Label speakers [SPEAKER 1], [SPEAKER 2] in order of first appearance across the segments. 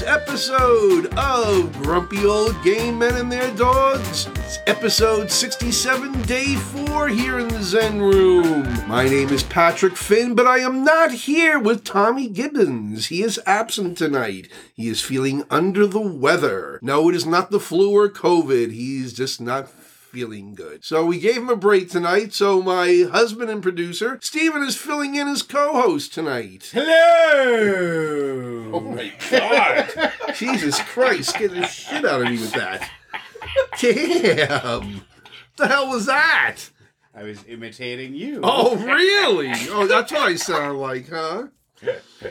[SPEAKER 1] episode of Grumpy Old Gay Men and Their Dogs. It's episode 67, day four, here in the Zen Room. My name is Patrick Finn, but I am not here with Tommy Gibbons. He is absent tonight. He is feeling under the weather. No, it is not the flu or COVID. He's just not feeling good. So we gave him a break tonight. So my husband and producer, Steven, is filling in as co host tonight.
[SPEAKER 2] Hello.
[SPEAKER 1] Oh my God. Jesus Christ, get the shit out of me with that. Damn. The hell was that?
[SPEAKER 2] I was imitating you.
[SPEAKER 1] Oh, really? Oh, that's what I sound like, huh?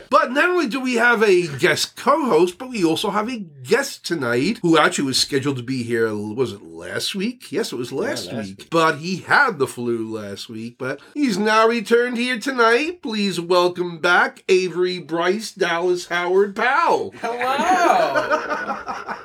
[SPEAKER 1] But not only do we have a guest co-host, but we also have a guest tonight who actually was scheduled to be here. Was it last week? Yes, it was last,
[SPEAKER 2] last
[SPEAKER 1] week. But he had the flu last week. But he's now returned here tonight. Please welcome back Avery Bryce Dallas Howard Powell.
[SPEAKER 3] Hello.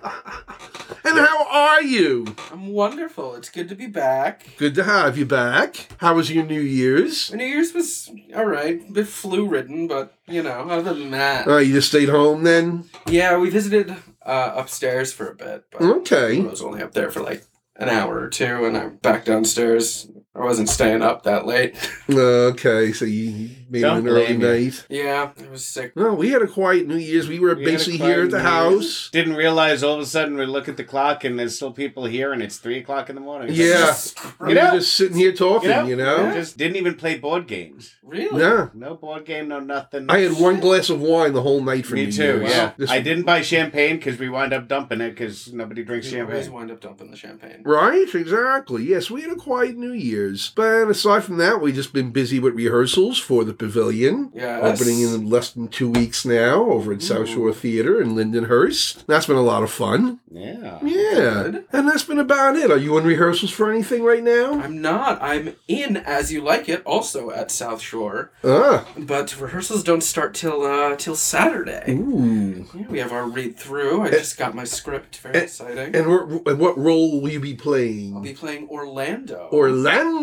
[SPEAKER 1] And how are you?
[SPEAKER 3] I'm wonderful. It's good to be back.
[SPEAKER 1] Good to have you back. How was your New Year's?
[SPEAKER 3] My New Year's was all right, a bit flu ridden, but you know, other than that,
[SPEAKER 1] Uh, you just stayed home then?
[SPEAKER 3] yeah, we visited uh, upstairs for a bit, but
[SPEAKER 1] Mm-hmm.
[SPEAKER 3] I
[SPEAKER 1] Okay.
[SPEAKER 3] was only up there for like an hour or two, and I'm back downstairs. I wasn't staying up that late.
[SPEAKER 1] Okay, so you made it
[SPEAKER 2] Don't
[SPEAKER 1] an early
[SPEAKER 2] blame you.
[SPEAKER 1] night.
[SPEAKER 3] yeah, I was sick.
[SPEAKER 1] No, we had a quiet New Year's. We were
[SPEAKER 2] We had a
[SPEAKER 1] basically
[SPEAKER 2] quiet
[SPEAKER 1] here at the
[SPEAKER 2] New
[SPEAKER 1] house.
[SPEAKER 2] Didn't realize all of a sudden we look at the clock and there's still people here and it's three o'clock in the morning. It's like,
[SPEAKER 1] Yeah. We
[SPEAKER 3] Jesus Christ.
[SPEAKER 2] know-
[SPEAKER 1] were just sitting here talking,
[SPEAKER 2] You know?
[SPEAKER 1] you know?
[SPEAKER 2] I just didn't even play board games.
[SPEAKER 3] Really?
[SPEAKER 1] Yeah.
[SPEAKER 2] No board game, no nothing.
[SPEAKER 1] I had one glass of wine the whole night for
[SPEAKER 2] Me
[SPEAKER 1] New
[SPEAKER 2] too.
[SPEAKER 1] Year's.
[SPEAKER 2] Yeah,
[SPEAKER 1] This-
[SPEAKER 2] I didn't buy champagne because we wind up dumping it because nobody drinks
[SPEAKER 3] You always
[SPEAKER 2] champagne.
[SPEAKER 3] wind up dumping the champagne.
[SPEAKER 1] Right, exactly. Yes, we had a quiet New Year's. But aside from that, we've just been busy with rehearsals for the pavilion.
[SPEAKER 3] Yeah.
[SPEAKER 1] Opening in less than two weeks now over at South
[SPEAKER 3] Ooh.
[SPEAKER 1] Shore Theater in Lindenhurst. That's been a lot of fun.
[SPEAKER 2] Yeah.
[SPEAKER 1] Yeah.
[SPEAKER 3] Good.
[SPEAKER 1] And that's been about it. Are you in rehearsals for anything right now?
[SPEAKER 3] I'm not. I'm in As You Like It, also at South Shore.
[SPEAKER 1] Ah.
[SPEAKER 3] But rehearsals don't start till uh, till Saturday.
[SPEAKER 1] Ooh.
[SPEAKER 3] Yeah, we have our read through. I just got my script. Very exciting.
[SPEAKER 1] And what, and what role will you be
[SPEAKER 3] I'll be
[SPEAKER 1] playing?
[SPEAKER 3] playing Orlando.
[SPEAKER 1] Orlando.
[SPEAKER 3] Orlando.
[SPEAKER 2] I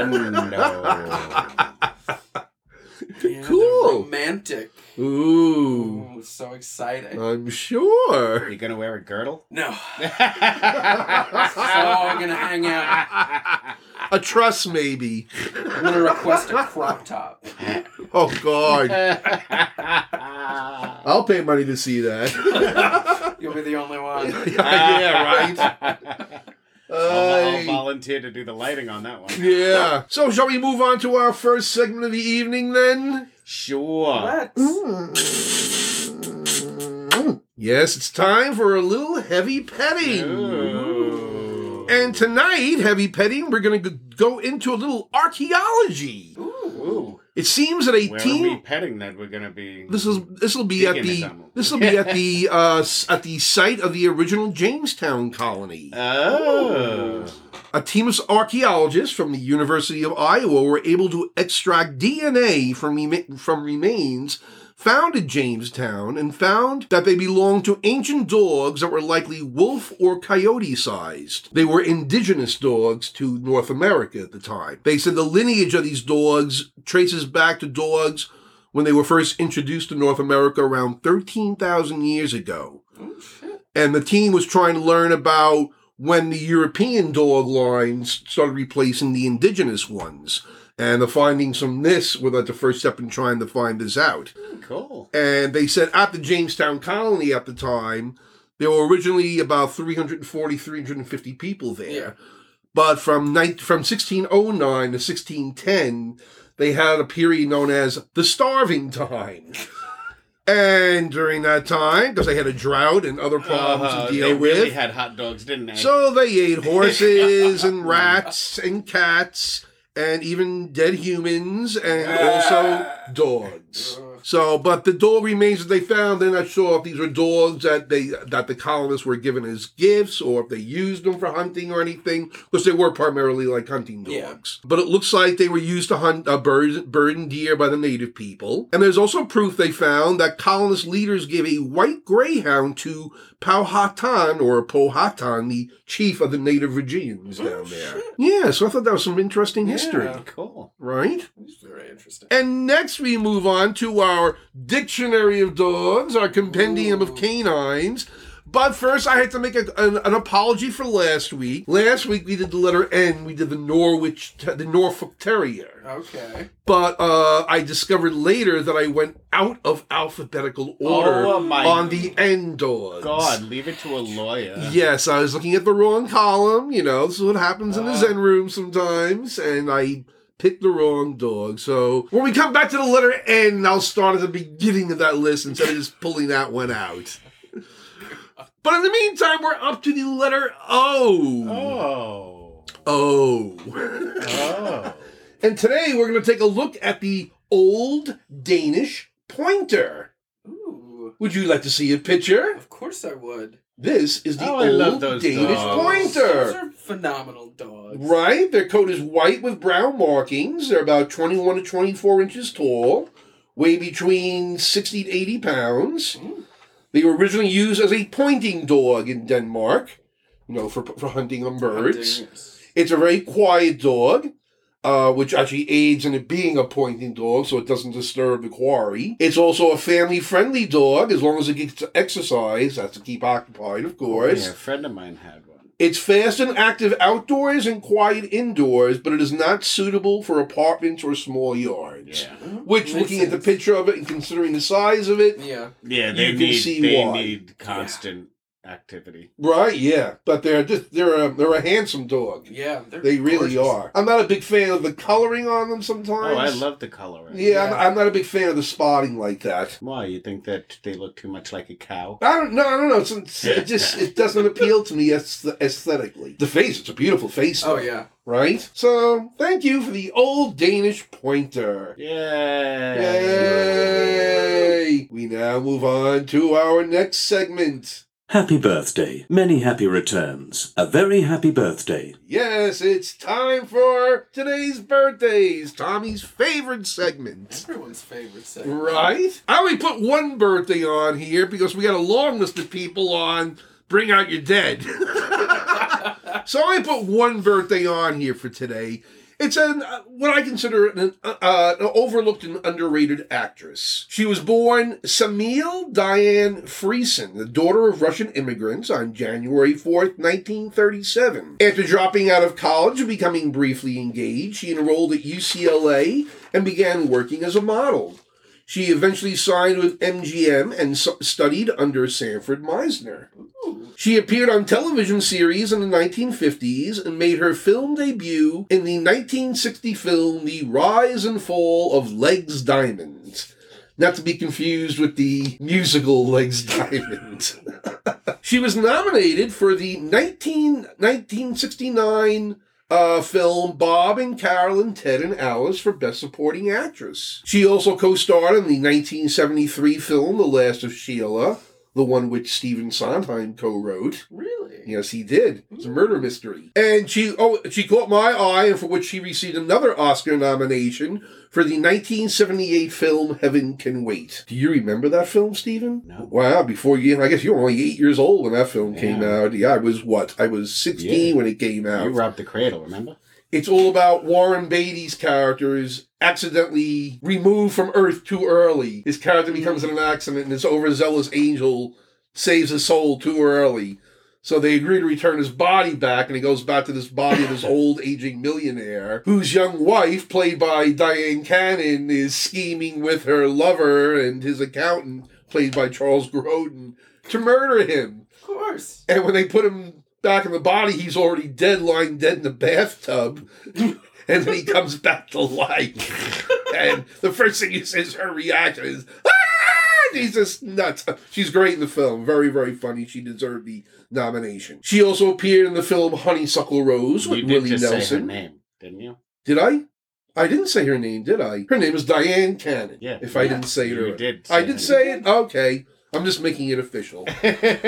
[SPEAKER 2] don't know.
[SPEAKER 3] Yeah, the
[SPEAKER 1] cool.
[SPEAKER 3] Romantic.
[SPEAKER 1] Ooh,
[SPEAKER 3] Ooh, so exciting.
[SPEAKER 1] I'm sure.
[SPEAKER 2] You gonna wear a girdle?
[SPEAKER 3] no. So I'm gonna hang out.
[SPEAKER 1] A truss, maybe.
[SPEAKER 3] I'm gonna request a crop top.
[SPEAKER 1] Oh God, I'll pay money to see that.
[SPEAKER 3] You'll be the only one.
[SPEAKER 1] yeah, right.
[SPEAKER 2] I'll, I'll
[SPEAKER 1] Uh,
[SPEAKER 2] volunteer to do the lighting on that one.
[SPEAKER 1] yeah. So, shall we move on to our first segment of the evening then?
[SPEAKER 2] Sure.
[SPEAKER 3] Let's.
[SPEAKER 1] Hmm. Yes, it's time for a little heavy petting.
[SPEAKER 2] Ooh.
[SPEAKER 1] And tonight, heavy petting, we're going to go into a little archaeology.
[SPEAKER 2] Ooh.
[SPEAKER 1] It seems that a
[SPEAKER 2] Where
[SPEAKER 1] team.
[SPEAKER 2] are we petting that we're gonna be?
[SPEAKER 1] This is this will be at
[SPEAKER 2] Digging it
[SPEAKER 1] the
[SPEAKER 2] down.
[SPEAKER 1] this will be at the uh, s- at the site of the original Jamestown colony.
[SPEAKER 2] Oh.
[SPEAKER 1] A team of archaeologists from the University of Iowa were able to extract DNA from rema- from remains found at Jamestown and found that they belonged to ancient dogs that were likely wolf or coyote sized. They were indigenous dogs to North America at the time. They said the lineage of these dogs traces back to dogs when they were first introduced to North America around 13,000 years ago.
[SPEAKER 3] Oh, shit.
[SPEAKER 1] And the team was trying to learn about when the European dog lines started replacing the indigenous ones. And the findings from this were like the first step in trying to find this out.
[SPEAKER 2] Cool.
[SPEAKER 1] And they said at the Jamestown colony at the time, there were originally about 340, 350 people there.
[SPEAKER 3] Yeah.
[SPEAKER 1] But from night from 1609 to 1610, they had a period known as the starving time. and during that time, because they had a drought and other problems
[SPEAKER 2] Uh,
[SPEAKER 1] to deal
[SPEAKER 2] they
[SPEAKER 1] with,
[SPEAKER 2] really had hot dogs, didn't they?
[SPEAKER 1] so they ate horses and rats and cats and even dead humans and also dogs. So, but the dog remains that they found, they're not sure if these were dogs that they that the colonists were given as gifts or if they used them for hunting or anything, because they were primarily like hunting dogs.
[SPEAKER 3] Yeah.
[SPEAKER 1] But it looks like they were used to hunt uh, bird, bird and deer by the native people. And there's also proof they found that colonist leaders gave a white greyhound to Powhatan or Powhatan, the chief of the native Virginians down there. Yeah, so I thought that was some interesting history.
[SPEAKER 3] Yeah.
[SPEAKER 2] cool.
[SPEAKER 1] right?
[SPEAKER 3] It's very interesting.
[SPEAKER 1] And next we move on to our dictionary of dogs, our compendium
[SPEAKER 3] Ooh.
[SPEAKER 1] of canines. But first, I had to make a, an, an apology for last week. Last week we did the letter N. We did the Norwich, the Norfolk Terrier.
[SPEAKER 3] Okay.
[SPEAKER 1] But uh, I discovered later that I went out of alphabetical order
[SPEAKER 2] oh my
[SPEAKER 1] on the N dogs.
[SPEAKER 2] god, leave it to a lawyer.
[SPEAKER 1] Yes, I was looking at the wrong column. You know, this is what happens in the
[SPEAKER 2] Uh.
[SPEAKER 1] Zen room sometimes, and I picked the wrong dog. So when we come back to the letter N, I'll start at the beginning of that list instead of just pulling that one out. But in the meantime, we're up to the letter O.
[SPEAKER 2] Oh.
[SPEAKER 1] O.
[SPEAKER 2] Oh.
[SPEAKER 1] and today we're going to take a look at the old Danish pointer.
[SPEAKER 3] Ooh.
[SPEAKER 1] Would you like to see a picture?
[SPEAKER 3] Of course I would.
[SPEAKER 1] This is the
[SPEAKER 2] Oh, I
[SPEAKER 1] old
[SPEAKER 2] love those
[SPEAKER 1] Danish
[SPEAKER 2] dogs.
[SPEAKER 1] pointer.
[SPEAKER 3] Those are phenomenal dogs.
[SPEAKER 1] Right? Their coat is white with brown markings. They're about 21 to 24 inches tall, weigh between 60 to 80 pounds.
[SPEAKER 3] Mm.
[SPEAKER 1] They were originally used as a pointing dog in Denmark, you know, for, for hunting on birds. It's a very quiet dog, uh, which actually aids in it being a pointing dog so it doesn't disturb the quarry. It's also a family friendly dog as long as it gets exercise. That's to keep occupied, of course.
[SPEAKER 2] Yeah, a friend of mine had one.
[SPEAKER 1] It's fast and active outdoors and quiet indoors, but it is not suitable for apartments or small yards.
[SPEAKER 2] Yeah.
[SPEAKER 1] Which, looking at the picture of it and considering the size of it,
[SPEAKER 3] Yeah.
[SPEAKER 2] Yeah, they
[SPEAKER 1] You can
[SPEAKER 2] need
[SPEAKER 1] see
[SPEAKER 2] they
[SPEAKER 1] why.
[SPEAKER 2] need constant activity.
[SPEAKER 1] right? Yeah, but they're just they're a, they're a handsome dog.
[SPEAKER 3] Yeah. they're
[SPEAKER 1] They really
[SPEAKER 3] gorgeous.
[SPEAKER 1] are. I'm not a big fan of the coloring on them sometimes.
[SPEAKER 2] Oh, I love the color.
[SPEAKER 1] Yeah, I'm-
[SPEAKER 3] Yeah.
[SPEAKER 1] I'm, not a big fan of the spotting like that.
[SPEAKER 2] Why you think that they look too much like a cow?
[SPEAKER 1] I don't know. I don't know. It's, it's- it just it doesn't appeal to me aesthe- aesthetically. The face, it's a beautiful face.
[SPEAKER 3] Oh, yeah.
[SPEAKER 1] right. So thank you for the old Danish pointer.
[SPEAKER 2] Yay!
[SPEAKER 1] Yay! We now move on to our next segment.
[SPEAKER 4] Happy birthday. Many happy returns. A very happy birthday.
[SPEAKER 1] Yes, it's time for today's birthdays, Tommy's favorite segment.
[SPEAKER 3] Everyone's favorite segment.
[SPEAKER 1] Right? I only put one birthday on here because we got a long list of people on Bring Out Your Dead. so I only put one birthday on here for today. It's an uh, what I consider an, uh, an overlooked and underrated actress. She was born Samil Diane Friesen, the daughter of Russian immigrants, on January 4th, 1937. After dropping out of college and becoming briefly engaged, she enrolled at UCLA and began working as a model. She eventually signed with MGM and su- studied under Sanford Meisner.
[SPEAKER 3] Ooh.
[SPEAKER 1] She appeared on television series in the 1950s and made her film debut in the 1960 film The Rise and Fall of Legs Diamond. Not to be confused with the musical Legs Diamond. she was nominated for the 19, 1969 uh, film Bob and Carolyn, Ted and Alice for Best Supporting Actress. She also co starred in the 1973 film The Last of Sheila, the one which Stephen Sondheim co wrote.
[SPEAKER 3] Really?
[SPEAKER 1] Yes, he did. It's a murder mystery. And she oh she caught my eye and for which she received another Oscar nomination for the 1978 film Heaven Can Wait. Do you remember that film, Stephen?
[SPEAKER 2] No.
[SPEAKER 1] Wow, before you I guess you were only 8 years old when that film came
[SPEAKER 2] Yeah.
[SPEAKER 1] out. Yeah, I was what? I was 16
[SPEAKER 2] Yeah.
[SPEAKER 1] when it came out
[SPEAKER 2] You robbed the cradle, remember?
[SPEAKER 1] it's all about Warren Beatty's character is accidentally removed from Earth too early. His character becomes in an accident, and his overzealous angel saves his soul too early. So they agree to return his body back, and he goes back to this body of this old aging millionaire, whose young wife, played by Diane Cannon, is scheming with her lover and his accountant, played by Charles Grodin, to murder him.
[SPEAKER 3] Of course.
[SPEAKER 1] And when they put him back in the body, he's already dead, lying dead in the bathtub. and then he comes back to life. and the first thing he says, her reaction is, ah! He's just nuts. She's great in the film. Very, very funny. She deserved the nomination. She also appeared in the film Honeysuckle Rose with
[SPEAKER 2] you did
[SPEAKER 1] Willie
[SPEAKER 2] just say her
[SPEAKER 1] Nelson.
[SPEAKER 2] name, didn't you?
[SPEAKER 1] Did I? I didn't say her name, did I? Her name is Diane Cannon.
[SPEAKER 2] Yeah.
[SPEAKER 1] If I
[SPEAKER 3] Yeah.
[SPEAKER 1] didn't say it
[SPEAKER 2] You
[SPEAKER 1] earlier.
[SPEAKER 2] did.
[SPEAKER 1] I did
[SPEAKER 2] her
[SPEAKER 1] say it? Okay. I'm just making it official.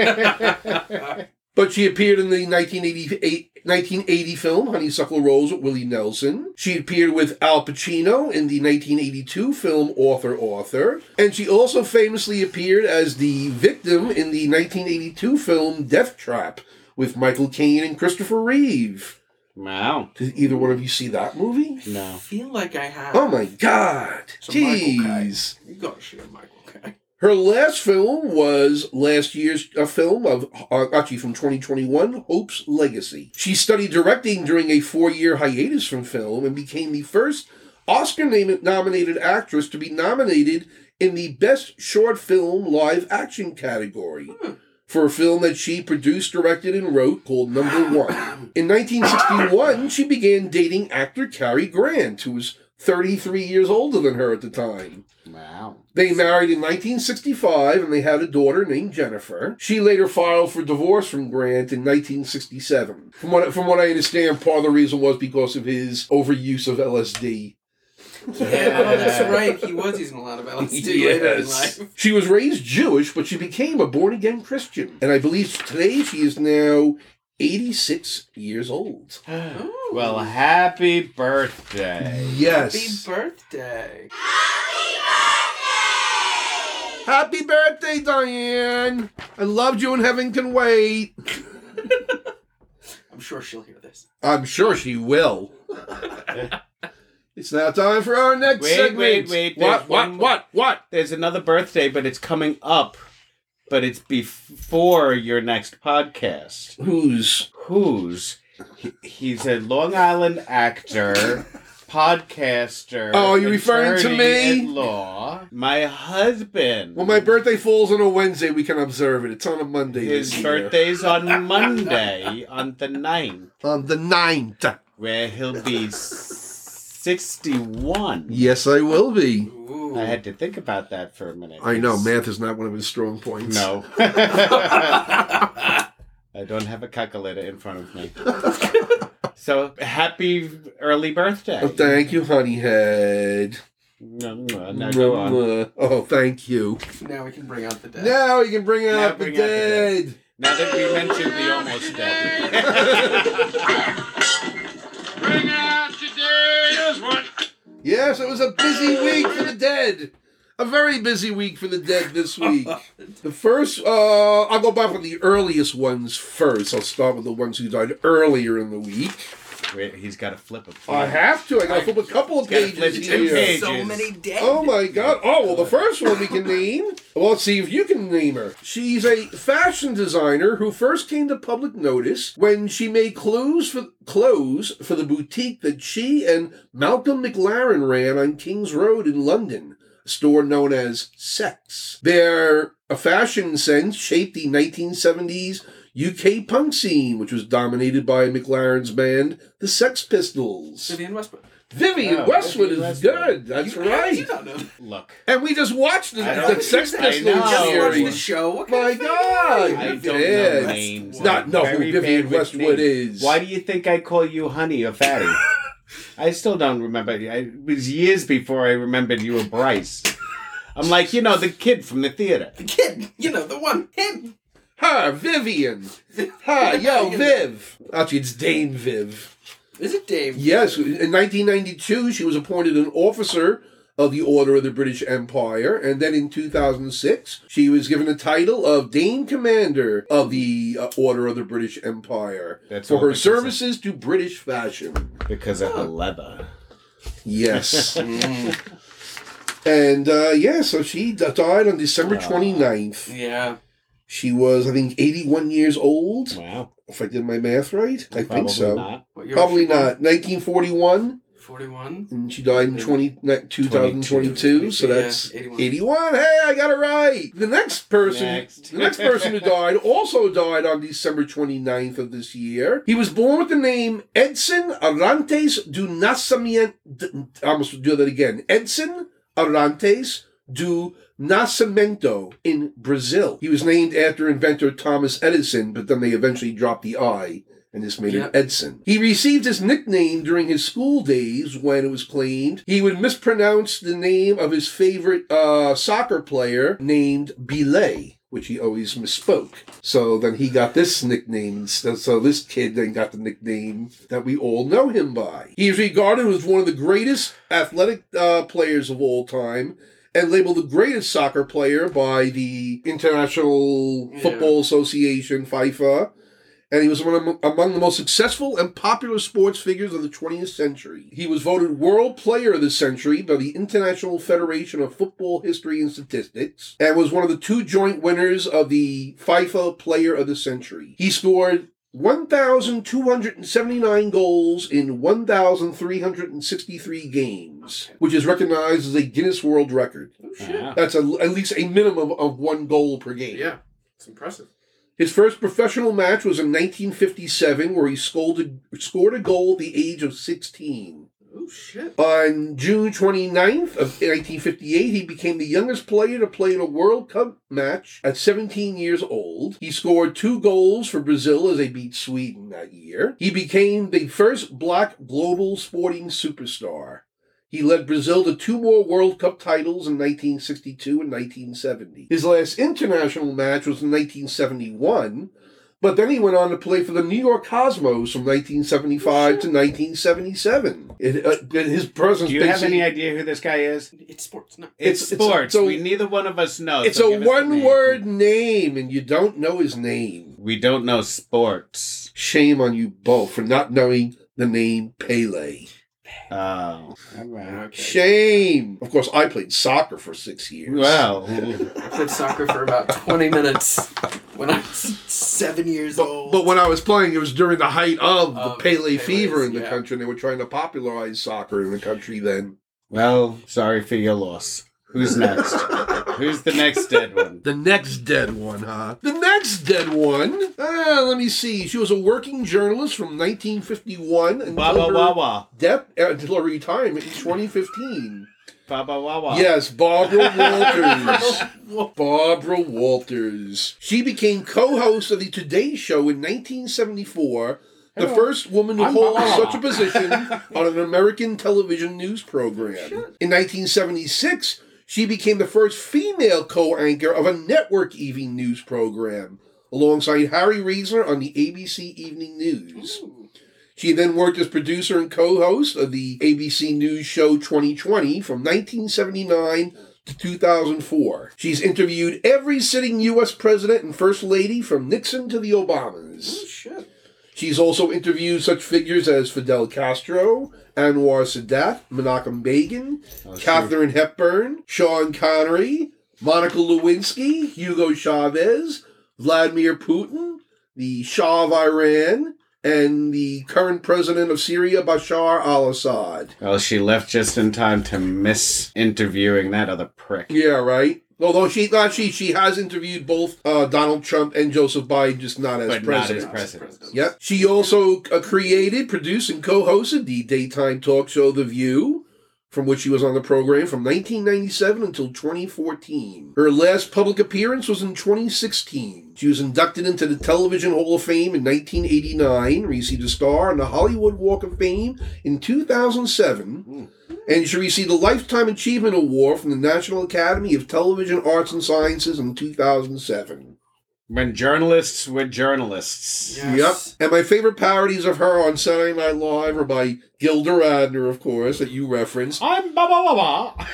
[SPEAKER 2] name.
[SPEAKER 1] But she appeared in the 1988, 1980 film Honeysuckle Rose with Willie Nelson. She appeared with Al Pacino in the 1982 film Author Author. And she also famously appeared as the victim in the 1982 film Death Trap with Michael Caine and Christopher Reeve.
[SPEAKER 2] Wow.
[SPEAKER 1] Did either one of you see that movie?
[SPEAKER 2] No.
[SPEAKER 3] feel like I have.
[SPEAKER 1] Oh my god.
[SPEAKER 3] It's a Michael
[SPEAKER 1] Jeez.
[SPEAKER 3] You gotta shoot a Michael K.
[SPEAKER 1] Her last film was last year's a film of uh, actually from 2021, Hope's Legacy. She studied directing during a four-year hiatus from film and became the first Oscar-nominated actress to be nominated in the Best Short Film Live Action category for a film that she produced, directed, and wrote called Number One. In 1961, she began dating actor Cary Grant, who was 33 years older than her at the time.
[SPEAKER 2] Wow.
[SPEAKER 1] They married in 1965 and they had a daughter named Jennifer. She later filed for divorce from Grant in 1967. From what, from what I understand, part of the reason was because of his overuse of LSD.
[SPEAKER 3] Yeah, Oh, that's right. He was using a lot of LSD later in life.
[SPEAKER 1] She was raised Jewish, but she became a born again Christian. And I believe today she is now 86 years old.
[SPEAKER 3] Oh.
[SPEAKER 2] Well, happy birthday.
[SPEAKER 1] Yes.
[SPEAKER 3] happy birthday.
[SPEAKER 1] Happy birthday, Diane! I loved you and Heaven Can Wait.
[SPEAKER 3] I'm sure she'll hear this.
[SPEAKER 1] I'm sure she will. it's now time for our next
[SPEAKER 2] Wait,
[SPEAKER 1] segment.
[SPEAKER 2] wait, wait, there's
[SPEAKER 1] What, what,
[SPEAKER 2] one-
[SPEAKER 1] what, what?
[SPEAKER 2] There's another birthday, but it's coming up. But it's before your next podcast.
[SPEAKER 1] Who's?
[SPEAKER 2] Who's? He- He's a Long Island actor, podcaster.
[SPEAKER 1] Oh, you're referring to
[SPEAKER 2] attorney
[SPEAKER 1] me?
[SPEAKER 2] at Law. My husband.
[SPEAKER 1] Well, my birthday falls on a Wednesday. We can observe it. It's on a Monday.
[SPEAKER 2] His
[SPEAKER 1] this year.
[SPEAKER 2] birthday's on Monday, on the 9th,
[SPEAKER 1] On the 9th.
[SPEAKER 2] where he'll be 61.
[SPEAKER 1] Yes, I will be.
[SPEAKER 3] Ooh.
[SPEAKER 2] I had to think about that for a minute.
[SPEAKER 1] I know, math is not one of his strong points.
[SPEAKER 2] No. I don't have a calculator in front of me. so happy early birthday.
[SPEAKER 1] Oh, thank you, honeyhead.
[SPEAKER 2] Nom, nom. Now go on.
[SPEAKER 1] Oh, thank you.
[SPEAKER 3] Now we can bring out the dead.
[SPEAKER 1] Now we can bring
[SPEAKER 2] Now
[SPEAKER 1] out the
[SPEAKER 2] bring out the dead.
[SPEAKER 1] dead.
[SPEAKER 2] Now that we mentioned the
[SPEAKER 1] Oh,
[SPEAKER 2] almost dead.
[SPEAKER 5] Bring out today's one.
[SPEAKER 1] Yes, it was a busy week for the dead. A very busy week for the dead this week. The first, uh, I'll go back with the earliest ones first. I'll start with the ones who died earlier in the week.
[SPEAKER 2] Wait, he's got to flip a
[SPEAKER 1] I have to. I got to flip a couple of
[SPEAKER 2] Gotta flip
[SPEAKER 1] pages
[SPEAKER 2] two
[SPEAKER 1] here.
[SPEAKER 2] pages.
[SPEAKER 3] So many dead.
[SPEAKER 1] Oh my god. Oh, well, the first one we can name. Well, let's see if you can name her. She's a fashion designer who first came to public notice when she made clothes for, clothes for the boutique that she and Malcolm McLaren ran on King's Road in London. a Store known as Sex. Their a fashion sense shaped the 1970s UK punk scene, which was dominated by McLaren's band, the Sex Pistols.
[SPEAKER 3] Vivian Westwood.
[SPEAKER 1] Vivian
[SPEAKER 2] Oh,
[SPEAKER 1] Westwood
[SPEAKER 2] Vivian
[SPEAKER 1] is
[SPEAKER 2] Westwood.
[SPEAKER 1] good. That's
[SPEAKER 3] You- how did
[SPEAKER 1] right.
[SPEAKER 3] You don't know.
[SPEAKER 2] Look,
[SPEAKER 1] And we just watched the,
[SPEAKER 2] I don't-
[SPEAKER 1] the Sex
[SPEAKER 2] I
[SPEAKER 1] Pistols
[SPEAKER 2] know.
[SPEAKER 3] Just
[SPEAKER 2] Oh.
[SPEAKER 3] watch the
[SPEAKER 1] series.
[SPEAKER 3] show. What
[SPEAKER 1] My
[SPEAKER 3] kind of thing?
[SPEAKER 1] God.
[SPEAKER 2] I
[SPEAKER 1] You're
[SPEAKER 2] don't
[SPEAKER 1] dead.
[SPEAKER 2] know names.
[SPEAKER 3] It's
[SPEAKER 1] not- no, who Vivian
[SPEAKER 2] bad with
[SPEAKER 1] Westwood is.
[SPEAKER 2] Why do you think I call you honey or fatty? I still don't remember. I- It was years before I remembered you were Bryce. I'm like, you know, the kid from the theater.
[SPEAKER 3] The kid. You know the one. Him.
[SPEAKER 1] Her, Vivian. Her, yo,
[SPEAKER 3] Vivian.
[SPEAKER 1] Viv. Actually, it's Dame Viv.
[SPEAKER 3] Is it Dave?
[SPEAKER 1] Yes, in 1992, she was appointed an officer of the Order of the British Empire, and then in 2006, she was given the title of Dame Commander of the uh, Order of the British Empire
[SPEAKER 2] That's
[SPEAKER 1] for
[SPEAKER 2] all
[SPEAKER 1] her
[SPEAKER 2] because of-
[SPEAKER 1] services to British fashion.
[SPEAKER 2] Because of the leather.
[SPEAKER 1] Yes.
[SPEAKER 3] Mm,
[SPEAKER 1] and uh, yeah, so she d- died on December
[SPEAKER 2] Ah.
[SPEAKER 1] 29th.
[SPEAKER 3] Yeah.
[SPEAKER 1] She was, I think, 81 years old,
[SPEAKER 2] Wow.
[SPEAKER 1] if I did my math right. I think
[SPEAKER 2] Probably
[SPEAKER 1] so.
[SPEAKER 2] not.
[SPEAKER 3] What, you're
[SPEAKER 1] Probably not. 1941.
[SPEAKER 3] 41.
[SPEAKER 1] And she died in 20, ni- 2022, so
[SPEAKER 3] Yeah,
[SPEAKER 1] that's
[SPEAKER 3] 81.
[SPEAKER 1] 81. Hey, I got it right. The next person,
[SPEAKER 2] Next.
[SPEAKER 1] the next person who died also died on December 29th of this year. He was born with the name Edson Arantes do Nascimento. I almost do that again. Edson Arantes do Nascimento in Brazil. He was named after inventor Thomas Edison, but then they eventually dropped the I and this made
[SPEAKER 3] Yeah.
[SPEAKER 1] it Edson. He received his nickname during his school days when it was claimed he would mispronounce the name of his favorite uh, soccer player named Belay. Which he always misspoke. So then he got this nickname. instead- So this kid then got the nickname that we all know him by. He is regarded as one of the greatest athletic uh, players of all time and labeled the greatest soccer player by the International
[SPEAKER 3] Yeah.
[SPEAKER 1] Football Association, FIFA and he was among, among the most successful and popular sports figures of the 20th century. He was voted World Player of the Century by the International Federation of Football History and Statistics, and was one of the two joint winners of the FIFA Player of the Century. He scored 1,279 goals in 1,363 games, which is recognized as a Guinness World Record.
[SPEAKER 3] Oh,
[SPEAKER 2] Wow.
[SPEAKER 1] That's a, at least a minimum of one goal per game.
[SPEAKER 3] Yeah, it's impressive.
[SPEAKER 1] His first professional match was in 1957, where he scolded, scored a goal at the age of 16.
[SPEAKER 3] Oh shit.
[SPEAKER 1] On June 29th of 1958, he became the youngest player to play in a World Cup match at 17 years old. He scored two goals for Brazil as they beat Sweden that year. He became the first black global sporting superstar. He led Brazil to two more World Cup titles in 1962 and 1970. His last international match was in 1971, but then he went on to play for the New York Cosmos from 1975 to 1977. It, uh, but his presence
[SPEAKER 2] Do you have
[SPEAKER 1] basically-
[SPEAKER 2] any idea who this guy is?
[SPEAKER 3] It's sports. No.
[SPEAKER 1] It's-
[SPEAKER 2] It's,
[SPEAKER 1] it's a-
[SPEAKER 2] sports.
[SPEAKER 1] so-
[SPEAKER 2] we neither one of us know.
[SPEAKER 1] It's
[SPEAKER 2] so
[SPEAKER 1] a
[SPEAKER 2] give us the
[SPEAKER 1] one
[SPEAKER 2] name.
[SPEAKER 1] word name, and you don't know his name.
[SPEAKER 2] We don't know sports.
[SPEAKER 1] Shame on you both for not knowing the name Pele.
[SPEAKER 2] Oh, all right.
[SPEAKER 3] Okay.
[SPEAKER 1] Shame. Of course, I played soccer for six years.
[SPEAKER 2] Well,
[SPEAKER 3] I played soccer for about 20 minutes when I was seven years old.
[SPEAKER 1] But when I was playing, it was during the height of the
[SPEAKER 3] Of
[SPEAKER 1] Pele
[SPEAKER 3] Pele's,
[SPEAKER 1] fever in the
[SPEAKER 3] yeah.
[SPEAKER 1] country, and they were trying to popularize soccer in the country then.
[SPEAKER 2] well. Sorry for your loss. Who's next? Who's the next dead one?
[SPEAKER 1] The next dead one, huh? The next dead one. Ah, let me see. She was a working journalist from 1951 until
[SPEAKER 2] Baba
[SPEAKER 1] her
[SPEAKER 2] Wawa.
[SPEAKER 1] dep- uh, until her retirement in 2015.
[SPEAKER 2] Baba Wawa.
[SPEAKER 1] Yes, Barbara Walters. Barbara Walters. She became co-host of the Today Show in 1974, the first woman to
[SPEAKER 2] I'm
[SPEAKER 1] hold
[SPEAKER 2] Barbara.
[SPEAKER 1] such a position on an American television news program. In 1976, she became the first female co-anchor of a network evening news program. Alongside Harry Reisner on the ABC Evening News. She then worked as producer and co host of the ABC News show 2020 from 1979 to 2004. She's interviewed every sitting U.S. president and first lady from Nixon to the Obamas.
[SPEAKER 3] Oh, shit.
[SPEAKER 1] She's also interviewed such figures as Fidel Castro, Anwar Sadat, Menachem Begin,
[SPEAKER 2] Oh,
[SPEAKER 1] Katharine Hepburn, Sean Connery, Monica Lewinsky, Hugo Chavez, Vladimir Putin, the Shah of Iran, and the current president of Syria, Bashar al Assad.
[SPEAKER 2] Well, Oh, she left just in time to miss interviewing that other prick.
[SPEAKER 1] Yeah, right? Although she not she she has interviewed both uh, Donald Trump and Joseph Biden, just not as
[SPEAKER 2] But not
[SPEAKER 1] president.
[SPEAKER 2] as president.
[SPEAKER 1] Yep. She also uh, created, produced, and co-hosted the daytime talk show The View, from which she was on the program from 1997 until 2014. Her last public appearance was in 2016. She was inducted into the Television Hall of Fame in 1989, received a star on the Hollywood Walk of Fame in 2007, and she received a Lifetime Achievement Award from the National Academy of Television Arts and Sciences in 2007.
[SPEAKER 2] When journalists were journalists.
[SPEAKER 3] Yes.
[SPEAKER 1] Yep. And my favorite parodies of her on Saturday Night Live are by Gilda Radner, of course, that you referenced.
[SPEAKER 2] I'm Baba Wawa.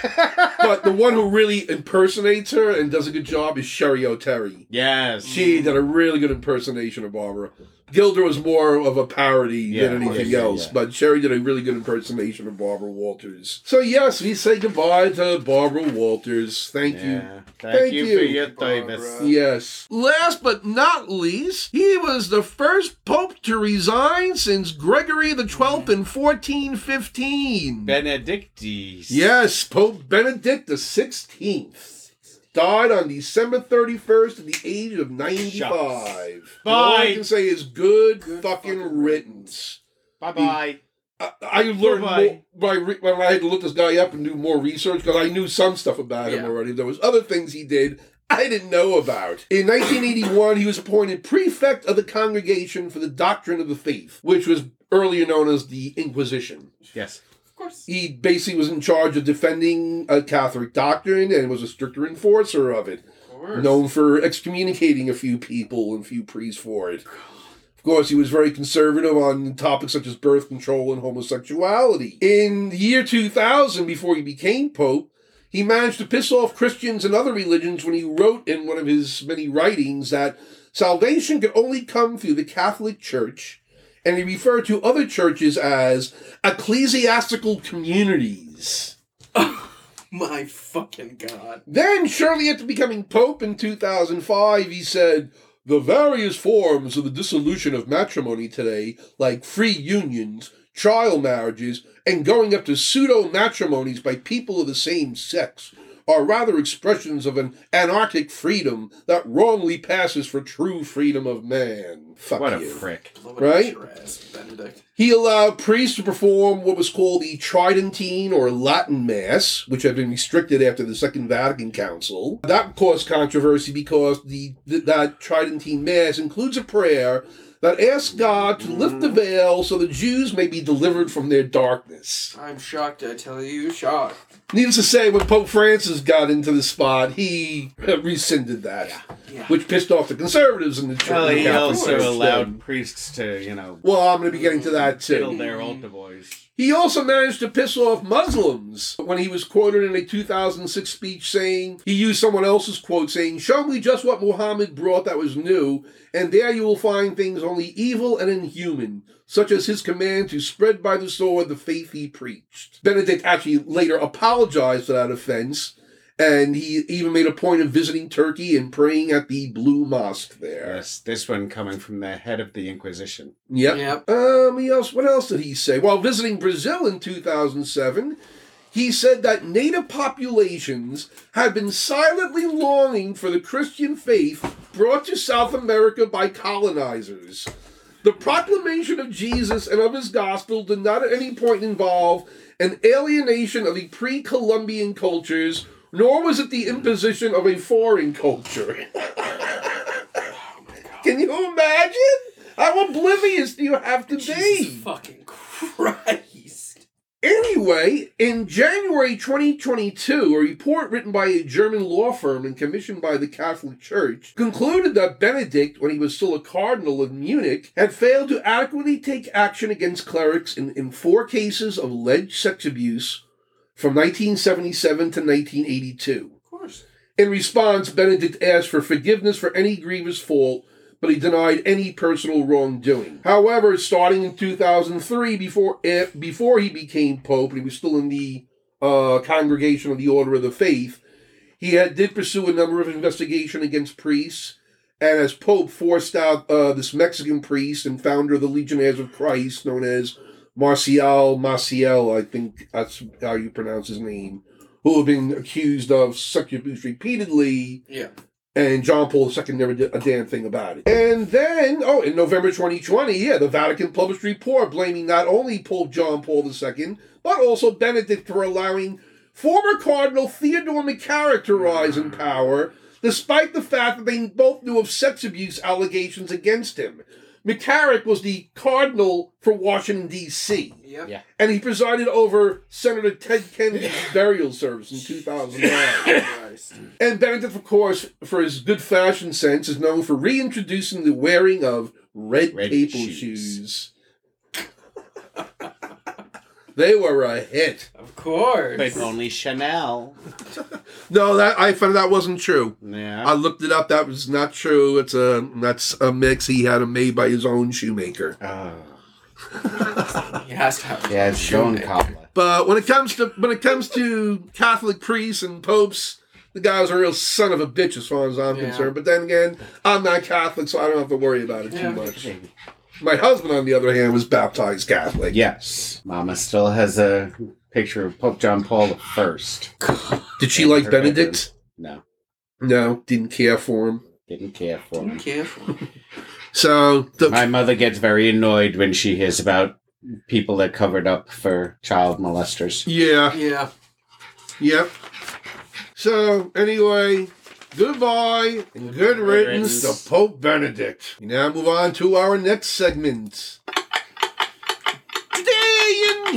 [SPEAKER 1] But the one who really impersonates her and does a good job is Sherry O'Terry.
[SPEAKER 2] yes.
[SPEAKER 1] She did a really good impersonation of Barbara. Gilda was more of a parody
[SPEAKER 2] Yeah,
[SPEAKER 1] than anything
[SPEAKER 2] yeah, yeah,
[SPEAKER 1] else,
[SPEAKER 2] yeah.
[SPEAKER 1] but Sherry did a really good impersonation of Barbara Walters. So, yes, we say goodbye to Barbara Walters. Thank you.
[SPEAKER 2] Yeah. Thank,
[SPEAKER 1] Thank
[SPEAKER 2] you,
[SPEAKER 1] you,
[SPEAKER 2] for your
[SPEAKER 3] Barbara.
[SPEAKER 2] service.
[SPEAKER 1] Yes. Last but not least, he was the first pope to resign since Gregory the Twelfth in 1415.
[SPEAKER 2] Benedictis.
[SPEAKER 1] yes, Pope Benedict the 16th died on December 31st at the age of 95.
[SPEAKER 2] Bye.
[SPEAKER 1] All I can say is good,
[SPEAKER 3] Good
[SPEAKER 1] fucking,
[SPEAKER 3] fucking
[SPEAKER 1] riddance.
[SPEAKER 2] Bye bye.
[SPEAKER 1] I, I learned
[SPEAKER 2] Bye-bye.
[SPEAKER 1] more by re- when I had to look this guy up and do more research because I knew some stuff about him
[SPEAKER 3] Yeah.
[SPEAKER 1] already. There was other things he did I didn't know about. In 1981, he was appointed prefect of the Congregation for the Doctrine of the Faith, which was earlier known as the Inquisition.
[SPEAKER 2] Yes.
[SPEAKER 3] Of course.
[SPEAKER 1] He basically was in charge of defending a Catholic doctrine and was a stricter enforcer of it
[SPEAKER 3] Of course.
[SPEAKER 1] known for excommunicating a few people and few priests for it. Of course, he was very conservative on topics such as birth control and homosexuality. In the year 2000, before he became pope, he managed to piss off Christians and other religions when he wrote in one of his many writings that salvation could only come through the Catholic Church, and he referred to other churches as ecclesiastical communities.
[SPEAKER 3] My fucking god.
[SPEAKER 1] Then, shortly after becoming Pope in 2005, he said, The various forms of the dissolution of matrimony today, like free unions, trial marriages, and going up to pseudo matrimonies by people of the same sex, are rather expressions of an anarchic freedom that wrongly passes for true freedom of man. Fuck
[SPEAKER 2] What a
[SPEAKER 1] you.
[SPEAKER 2] prick.
[SPEAKER 3] Blow it up
[SPEAKER 1] Right?
[SPEAKER 3] your ass, Benedict.
[SPEAKER 1] He allowed priests to perform what was called the Tridentine or Latin Mass, which had been restricted after the Second Vatican Council. That caused controversy because the, th- that Tridentine Mass includes a prayer that asks God to lift the veil so the Jews may be delivered from their darkness.
[SPEAKER 3] I'm shocked, I tell you, shocked.
[SPEAKER 1] Needless to say, when Pope Francis got into the spot, he rescinded that,
[SPEAKER 3] Yeah.
[SPEAKER 1] which pissed off the conservatives in the church.
[SPEAKER 2] Well, he
[SPEAKER 1] Catholic
[SPEAKER 2] also
[SPEAKER 1] Church.
[SPEAKER 2] allowed priests to, you know,
[SPEAKER 1] Well, I'm going to be getting to that too.
[SPEAKER 2] fiddle their altar boys.
[SPEAKER 1] He also managed to piss off Muslims when he was quoted in a 2006 speech saying, he used someone else's quote saying, Show me just what Muhammad brought that was new, and there you will find things only evil and inhuman, such as his command to spread by the sword the faith he preached. Benedict actually later apologized for that offense, and he even made a point of visiting Turkey and praying at the Blue Mosque there.
[SPEAKER 2] Yes, this one coming from the head of the Inquisition.
[SPEAKER 1] Yep.
[SPEAKER 3] Yep.
[SPEAKER 1] Um, he else, what else did he say? While visiting Brazil in 2007, he said that native populations had been silently longing for the Christian faith brought to South America by colonizers. The proclamation of Jesus and of his gospel did not at any point involve an alienation of the pre Columbian cultures, nor was it the imposition of a foreign culture. Can you imagine? How oblivious do you have to be?
[SPEAKER 3] Jesus fucking Christ.
[SPEAKER 1] Anyway, in January 2022, a report written by a German law firm and commissioned by the Catholic Church concluded that Benedict, when he was still a cardinal of Munich, had failed to adequately take action against clerics in, in four cases of alleged sex abuse from 1977 to 1982.
[SPEAKER 3] Of course.
[SPEAKER 1] In response, Benedict asked for forgiveness for any grievous fault, but he denied any personal wrongdoing. However, starting in 2003, before eh, before he became pope, and he was still in the uh, Congregation of the Order of the Faith, he had, did pursue a number of investigation against priests, and as pope, forced out uh, this Mexican priest and founder of the Legionnaires of Christ, known as Marcial Maciel, I think that's how you pronounce his name who have been accused of sexual abuse repeatedly,
[SPEAKER 3] Yeah.
[SPEAKER 1] and John Paul II never did a damn thing about it. And then, oh, in November 2020, yeah, the Vatican published a report blaming not only Pope John Paul II, but also Benedict for allowing former Cardinal Theodore McCarrick to rise in power, despite the fact that they both knew of sex abuse allegations against him. McCarrick was the cardinal for Washington, D.C
[SPEAKER 3] Yep.
[SPEAKER 2] Yeah.
[SPEAKER 1] and he presided over Senator Ted Kennedy's burial service in 2009.
[SPEAKER 3] Christ.
[SPEAKER 1] and Benedict, of course, for his good fashion sense, is known for reintroducing the wearing of red,
[SPEAKER 2] Red
[SPEAKER 1] papal
[SPEAKER 2] shoes.
[SPEAKER 1] shoes. they were a hit.
[SPEAKER 3] Of course.
[SPEAKER 2] But only Chanel.
[SPEAKER 1] No, that I found that wasn't true. I
[SPEAKER 2] Yeah.
[SPEAKER 1] looked it up. That was not true. It's a that's a mix he had them made by his own shoemaker.
[SPEAKER 2] Oh.
[SPEAKER 3] He has to have
[SPEAKER 2] Yeah, it's Joan Coppola.
[SPEAKER 1] But when it comes to when it comes to Catholic priests and popes, the guy's a real son of a bitch as far as I'm
[SPEAKER 3] Yeah.
[SPEAKER 1] concerned. But then again, I'm not Catholic, so I don't have to worry about it
[SPEAKER 3] Yeah.
[SPEAKER 1] too much. My husband, on the other hand, was baptized Catholic.
[SPEAKER 2] Yes. Mama still has a picture of Pope John Paul the First.
[SPEAKER 1] Did she
[SPEAKER 2] And
[SPEAKER 1] like
[SPEAKER 2] her
[SPEAKER 1] Benedict?
[SPEAKER 2] No,
[SPEAKER 1] No, didn't care for him.
[SPEAKER 2] didn't care for him.
[SPEAKER 3] Careful.
[SPEAKER 1] So the,
[SPEAKER 2] My mother gets very annoyed when she hears about people that covered up for child molesters.
[SPEAKER 1] yeah,
[SPEAKER 3] Yeah.
[SPEAKER 1] yep. So anyway, goodbye and good riddance
[SPEAKER 2] riddance.
[SPEAKER 1] to Pope Benedict. We now move on to our next segment. Today in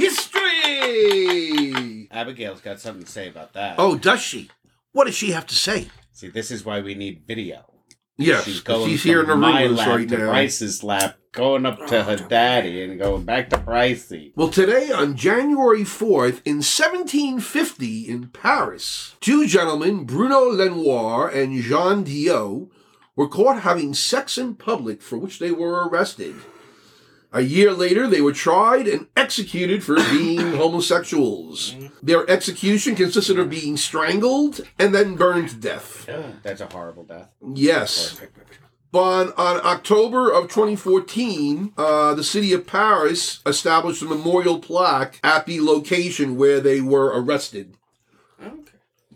[SPEAKER 1] history.
[SPEAKER 2] Abigail's got something to say about that.
[SPEAKER 1] Oh, does she? What does she have to say?
[SPEAKER 2] see, this is why we need video.
[SPEAKER 1] Yes,
[SPEAKER 2] she's going
[SPEAKER 1] she's
[SPEAKER 2] from
[SPEAKER 1] here in the room
[SPEAKER 2] my
[SPEAKER 1] with us
[SPEAKER 2] lap
[SPEAKER 1] right
[SPEAKER 2] to
[SPEAKER 1] now. Oh,
[SPEAKER 2] Bryce's lap, going up to her daddy, and going back to Brycey.
[SPEAKER 1] Well, today on January 4th, in 1750 in Paris, two gentlemen, Bruno Lenoir and Jean Diot, were caught having sex in public, for which they were arrested. A year later, they were tried and executed for being homosexuals. Their execution consisted of being strangled and then burned to death.
[SPEAKER 2] That's a horrible death.
[SPEAKER 1] Yes. But on October of 2014, uh, the city of Paris established a memorial plaque at the location where they were arrested
[SPEAKER 3] Okay.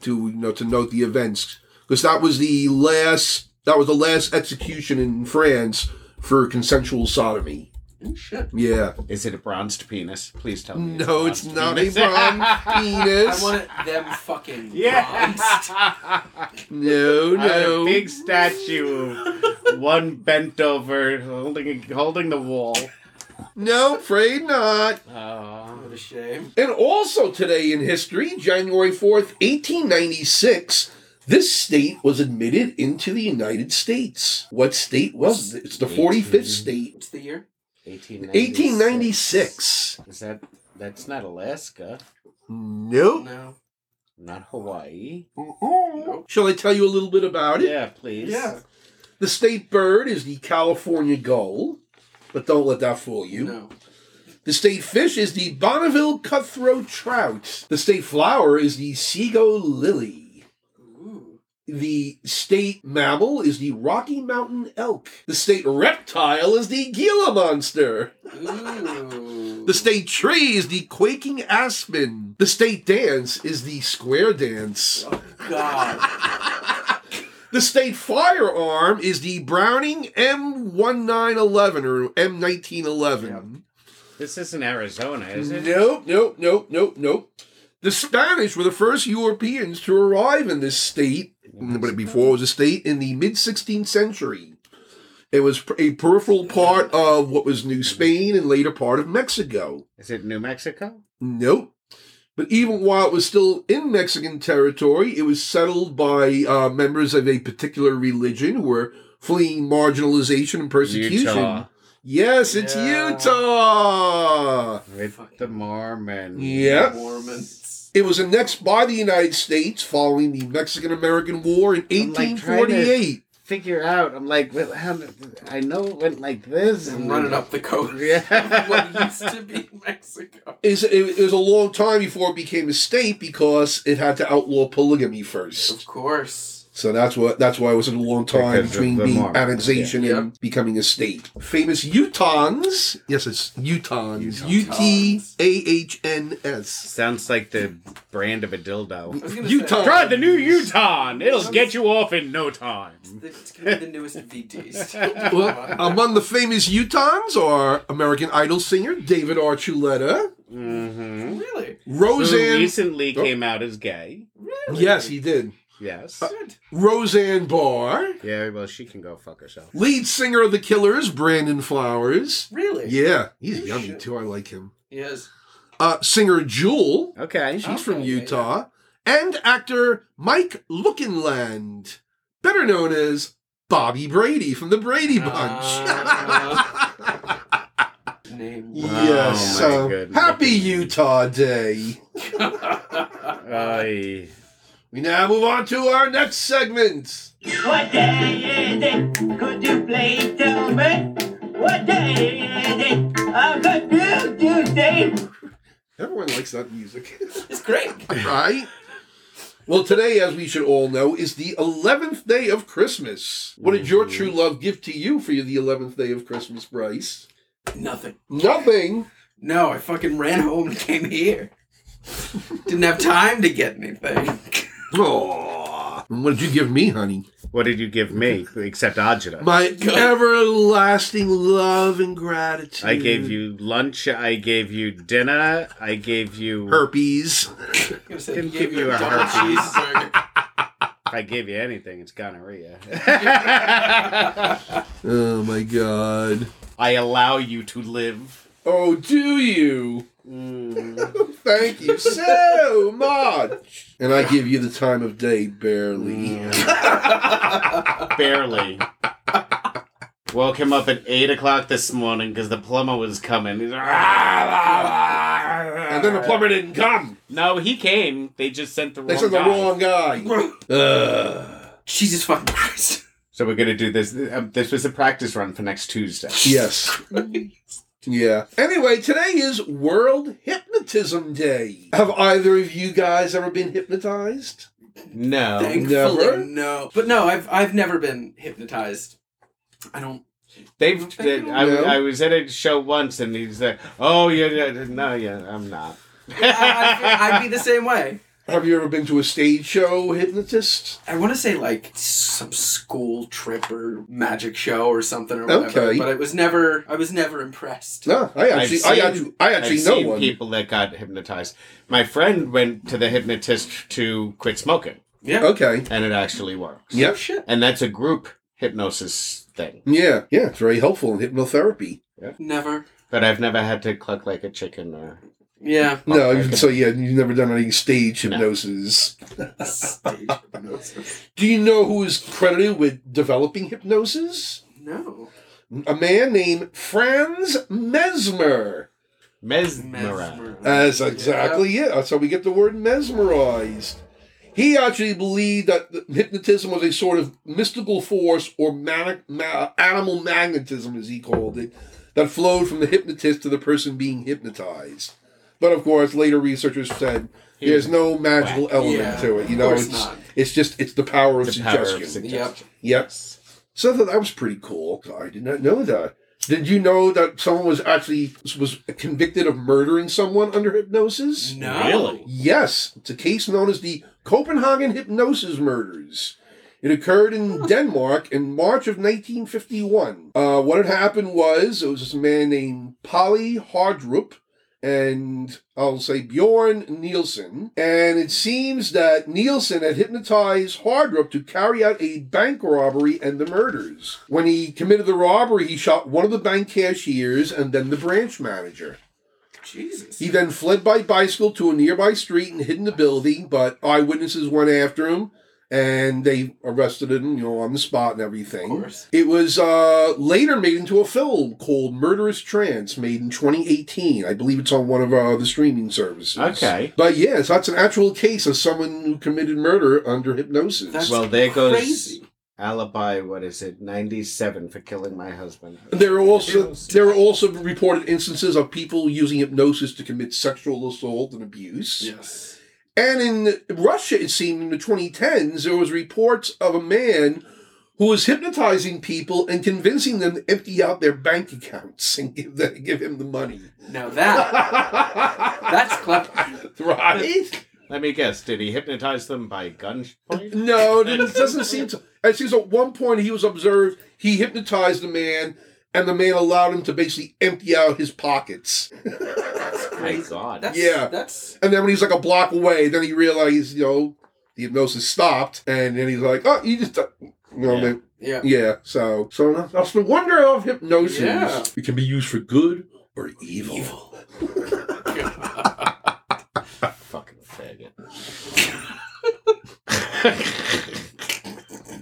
[SPEAKER 1] to you know to note the events because that was the last that was the last execution in France for consensual sodomy.
[SPEAKER 3] Oh, shit.
[SPEAKER 1] Yeah.
[SPEAKER 2] Is it a bronzed penis? Please tell me.
[SPEAKER 1] No, it's not a bomb
[SPEAKER 3] I
[SPEAKER 1] penis.
[SPEAKER 3] want it them fucking bronzed.
[SPEAKER 2] Yeah.
[SPEAKER 1] No,
[SPEAKER 2] A
[SPEAKER 1] no.
[SPEAKER 2] big statue, one bent over, holding holding the wall.
[SPEAKER 1] No, afraid not.
[SPEAKER 2] Oh.
[SPEAKER 3] What a shame.
[SPEAKER 1] And also today in history, January 4th, 1896, this state was admitted into the United States. What state was it? It's the 45th state.
[SPEAKER 3] What's the year?
[SPEAKER 1] 1896.
[SPEAKER 2] Is that that's not Alaska,
[SPEAKER 1] Nope.
[SPEAKER 3] No.
[SPEAKER 2] not Hawaii?
[SPEAKER 1] Shall I tell you a little bit about it?
[SPEAKER 2] Yeah, please.
[SPEAKER 3] Yeah.
[SPEAKER 1] The state bird is the California gull, but don't let that fool you.
[SPEAKER 3] No.
[SPEAKER 1] The state fish is the Bonneville cutthroat trout. The state flower is the Seago lily.
[SPEAKER 3] Ooh.
[SPEAKER 1] The state mammal is the Rocky Mountain elk. The state reptile is the Gila monster.
[SPEAKER 3] Ooh.
[SPEAKER 1] The state tree is the quaking aspen. The state dance is the square dance.
[SPEAKER 3] God.
[SPEAKER 1] The state firearm is the Browning M1911 or M1911.
[SPEAKER 2] This isn't Arizona, is it?
[SPEAKER 1] Nope, nope, nope, nope, nope. The Spanish were the first Europeans to arrive in this state, but before it was a state, in the mid 16th century. It was a peripheral part of what was New Spain and later part of Mexico.
[SPEAKER 2] Is it New Mexico?
[SPEAKER 1] Nope. But even while it was still in Mexican territory, it was settled by uh, members of a particular religion who were fleeing marginalization and persecution.
[SPEAKER 2] Utah.
[SPEAKER 1] Yes, it's
[SPEAKER 3] Yeah.
[SPEAKER 1] Utah.
[SPEAKER 2] With the Mormon.
[SPEAKER 1] Yep.
[SPEAKER 3] Mormons.
[SPEAKER 1] It was annexed by the United States following the Mexican American War in
[SPEAKER 2] I'm, like, trying
[SPEAKER 1] 1848.
[SPEAKER 2] to- Figure out. I'm like, well, how, did- I know it went like this.
[SPEAKER 3] And running up the coast.
[SPEAKER 2] Yeah.
[SPEAKER 3] of what used to be Mexico.
[SPEAKER 1] Is it, it was a long time before it became a state because it had to outlaw polygamy
[SPEAKER 3] Of
[SPEAKER 1] first.
[SPEAKER 3] course.
[SPEAKER 1] So that's what that's why it was a long time
[SPEAKER 2] Because of
[SPEAKER 1] between
[SPEAKER 2] the
[SPEAKER 1] being
[SPEAKER 2] Mormons,
[SPEAKER 1] annexation
[SPEAKER 3] yeah.
[SPEAKER 1] and becoming a state. Famous Utahns. Yes, it's Utahns. U T A H N S.
[SPEAKER 2] Sounds like the brand of a dildo.
[SPEAKER 3] I was gonna say-
[SPEAKER 1] Utah.
[SPEAKER 2] Try the new Utah. It'll get you off in no time.
[SPEAKER 3] It's gonna be the newest VDs.
[SPEAKER 1] Well, um, among the famous Utahns are American Idol singer David Archuleta,
[SPEAKER 2] Mm-hmm.
[SPEAKER 3] really?
[SPEAKER 1] Roseanne.
[SPEAKER 2] recently
[SPEAKER 1] Oh.
[SPEAKER 2] came out as gay.
[SPEAKER 3] Really?
[SPEAKER 1] yes, he did.
[SPEAKER 2] Yes.
[SPEAKER 3] Good.
[SPEAKER 1] Roseanne Barr,
[SPEAKER 2] yeah, well, she can go fuck herself.
[SPEAKER 1] lead singer of the Killers, Brandon Flowers.
[SPEAKER 3] Really?
[SPEAKER 1] Yeah, he's
[SPEAKER 3] Oh,
[SPEAKER 1] yummy
[SPEAKER 3] shit.
[SPEAKER 1] too. I like him.
[SPEAKER 3] Yes.
[SPEAKER 1] Uh, singer Jewel,
[SPEAKER 2] Okay.
[SPEAKER 1] she's from
[SPEAKER 3] Okay, yeah,
[SPEAKER 1] Utah, and actor Mike Lookinland, better known as Bobby Brady from the Brady Bunch.
[SPEAKER 3] Ah. Name.
[SPEAKER 1] yes,
[SPEAKER 2] Oh my
[SPEAKER 1] so
[SPEAKER 2] goodness.
[SPEAKER 1] happy Utah Day.
[SPEAKER 2] Uh, Aye.
[SPEAKER 1] We now move on to our next segment.
[SPEAKER 6] What day is it? Could you please tell me? What day is it? I could do Tuesday.
[SPEAKER 1] Everyone likes that music.
[SPEAKER 3] It's great.
[SPEAKER 1] right? Well, today, as we should all know, is the 11th day of Christmas. What did your true love give to you for the 11th day of Christmas, Bryce?
[SPEAKER 3] Nothing.
[SPEAKER 1] Nothing.
[SPEAKER 3] No, I fucking ran home and came here. Didn't have time to get anything.
[SPEAKER 1] Aww. What did you give me, honey?
[SPEAKER 2] What did you give me except agita?
[SPEAKER 1] My everlasting love and gratitude.
[SPEAKER 2] I gave you lunch. I gave you dinner. I gave you.
[SPEAKER 1] herpes.
[SPEAKER 3] I'm gonna say
[SPEAKER 2] Didn't
[SPEAKER 3] he gave
[SPEAKER 2] give
[SPEAKER 3] you
[SPEAKER 2] you a
[SPEAKER 3] a double
[SPEAKER 2] herpes.
[SPEAKER 3] cheeseburger.
[SPEAKER 2] If I gave you anything, it's gonorrhea.
[SPEAKER 1] Oh, my God.
[SPEAKER 2] I allow you to live. Mm,
[SPEAKER 1] Oh, do you? Thank you so much. And I give you the time of day, barely.
[SPEAKER 2] Barely. Woke him up at eight o'clock this morning because the plumber was coming. He's,
[SPEAKER 1] And then the plumber didn't come.
[SPEAKER 2] No, he came. They just sent the wrong.
[SPEAKER 1] They said the
[SPEAKER 2] guy.
[SPEAKER 1] wrong guy. Ugh.
[SPEAKER 3] Jesus fucking Christ.
[SPEAKER 2] So we're gonna do this. Um, this was a practice run for next Tuesday.
[SPEAKER 1] Yes. yeah. Anyway, today is World Hypnotism Day. Have either of you guys ever been hypnotized?
[SPEAKER 2] No.
[SPEAKER 3] Thankfully,
[SPEAKER 1] never?
[SPEAKER 3] no. But no, I've I've never been hypnotized. I don't.
[SPEAKER 2] They've. They, I,
[SPEAKER 1] No.
[SPEAKER 2] I was at a show once, and he's like, "Oh, yeah, yeah, no, yeah, I'm not."
[SPEAKER 3] I, I, I'd be the same way.
[SPEAKER 1] Have you ever been to a stage show hypnotist?
[SPEAKER 3] I want to say like some school trip or magic show or something or whatever.
[SPEAKER 1] Okay.
[SPEAKER 3] But it was never. I was never impressed.
[SPEAKER 1] No, I actually,
[SPEAKER 2] I've
[SPEAKER 1] I
[SPEAKER 2] seen-
[SPEAKER 1] actually, I
[SPEAKER 2] I've
[SPEAKER 1] actually know
[SPEAKER 2] seen
[SPEAKER 1] one.
[SPEAKER 2] people that got hypnotized. My friend went to the hypnotist to quit smoking,
[SPEAKER 3] Yeah.
[SPEAKER 1] Okay.
[SPEAKER 2] and it actually works.
[SPEAKER 1] Yep.
[SPEAKER 3] Shit.
[SPEAKER 2] And that's a group hypnosis thing.
[SPEAKER 1] Yeah. Yeah. It's very helpful in hypnotherapy.
[SPEAKER 3] Never.
[SPEAKER 2] But I've never had to cluck like a chicken or.
[SPEAKER 3] Yeah.
[SPEAKER 1] No,
[SPEAKER 2] Okay.
[SPEAKER 1] so yeah, you've never done any stage
[SPEAKER 2] No.
[SPEAKER 1] hypnosis.
[SPEAKER 3] Stage hypnosis.
[SPEAKER 1] Do you know who is credited with developing hypnosis?
[SPEAKER 3] No.
[SPEAKER 1] A man named Franz Mesmer.
[SPEAKER 2] Mesmerized.
[SPEAKER 1] That's exactly it. That's how we get the word mesmerized. He actually believed that the- hypnotism was a sort of mystical force or manic, ma- animal magnetism, as he called it, that flowed from the hypnotist to the person being hypnotized. But of course, later researchers said
[SPEAKER 2] He
[SPEAKER 1] there's
[SPEAKER 2] was
[SPEAKER 1] no magical element
[SPEAKER 3] Yeah,
[SPEAKER 1] to it. You
[SPEAKER 3] of
[SPEAKER 1] know,
[SPEAKER 3] course
[SPEAKER 1] it's
[SPEAKER 3] not.
[SPEAKER 1] it's just it's the power of
[SPEAKER 2] The power
[SPEAKER 1] suggestion.
[SPEAKER 2] of suggestion.
[SPEAKER 3] Yep.
[SPEAKER 1] Yep. So I thought that was pretty cool. I did not know that. Did you know that someone was actually was convicted of murdering someone under hypnosis?
[SPEAKER 3] No.
[SPEAKER 2] Really?
[SPEAKER 1] Yes, it's a case known as the Copenhagen hypnosis murders. It occurred in Denmark in March of 1951. Uh, what had happened was it was this man named Polly Hardrup and I'll say Bjorn Nielsen. And it seems that Nielsen had hypnotized Hardrup to carry out a bank robbery and the murders. When he committed the robbery, he shot one of the bank cashiers and then the branch manager.
[SPEAKER 3] Jesus.
[SPEAKER 1] He then fled by bicycle to a nearby street and hid in the building, but eyewitnesses went after him and they arrested him, you know, on the spot and everything.
[SPEAKER 3] Of course.
[SPEAKER 1] It was uh, later made into a film called Murderous Trance, made in 2018. I believe it's on one of uh, the streaming services.
[SPEAKER 2] Okay.
[SPEAKER 1] But yes, that's an actual case of someone who committed murder under hypnosis.
[SPEAKER 3] That's
[SPEAKER 2] Well, there goes-
[SPEAKER 3] crazy.
[SPEAKER 2] Alibi, what is it? 97 for killing my husband.
[SPEAKER 1] There are also there are also reported instances of people using hypnosis to commit sexual assault and abuse.
[SPEAKER 3] Yes.
[SPEAKER 1] And in Russia, it seemed in the 2010s, there was reports of a man who was hypnotizing people and convincing them to empty out their bank accounts and give them, give him the money.
[SPEAKER 3] Now that Ah. that's clever.
[SPEAKER 1] right?
[SPEAKER 2] Let me guess. Did he hypnotize them by gunpoint?
[SPEAKER 1] No, it doesn't seem to. It seems at one point he was observed. He hypnotized the man, and the man allowed him to basically empty out his pockets.
[SPEAKER 2] My God.
[SPEAKER 3] That's,
[SPEAKER 1] Yeah.
[SPEAKER 3] That's
[SPEAKER 1] And then when he's like a block away, then he realized, you know, the hypnosis stopped, and then he's like, "Oh, you just." You know,
[SPEAKER 2] Yeah.
[SPEAKER 1] man,
[SPEAKER 3] yeah.
[SPEAKER 1] Yeah, so so that's- that's the wonder of hypnosis.
[SPEAKER 3] Yeah.
[SPEAKER 1] It can be used for good or evil.
[SPEAKER 2] Fucking faggot.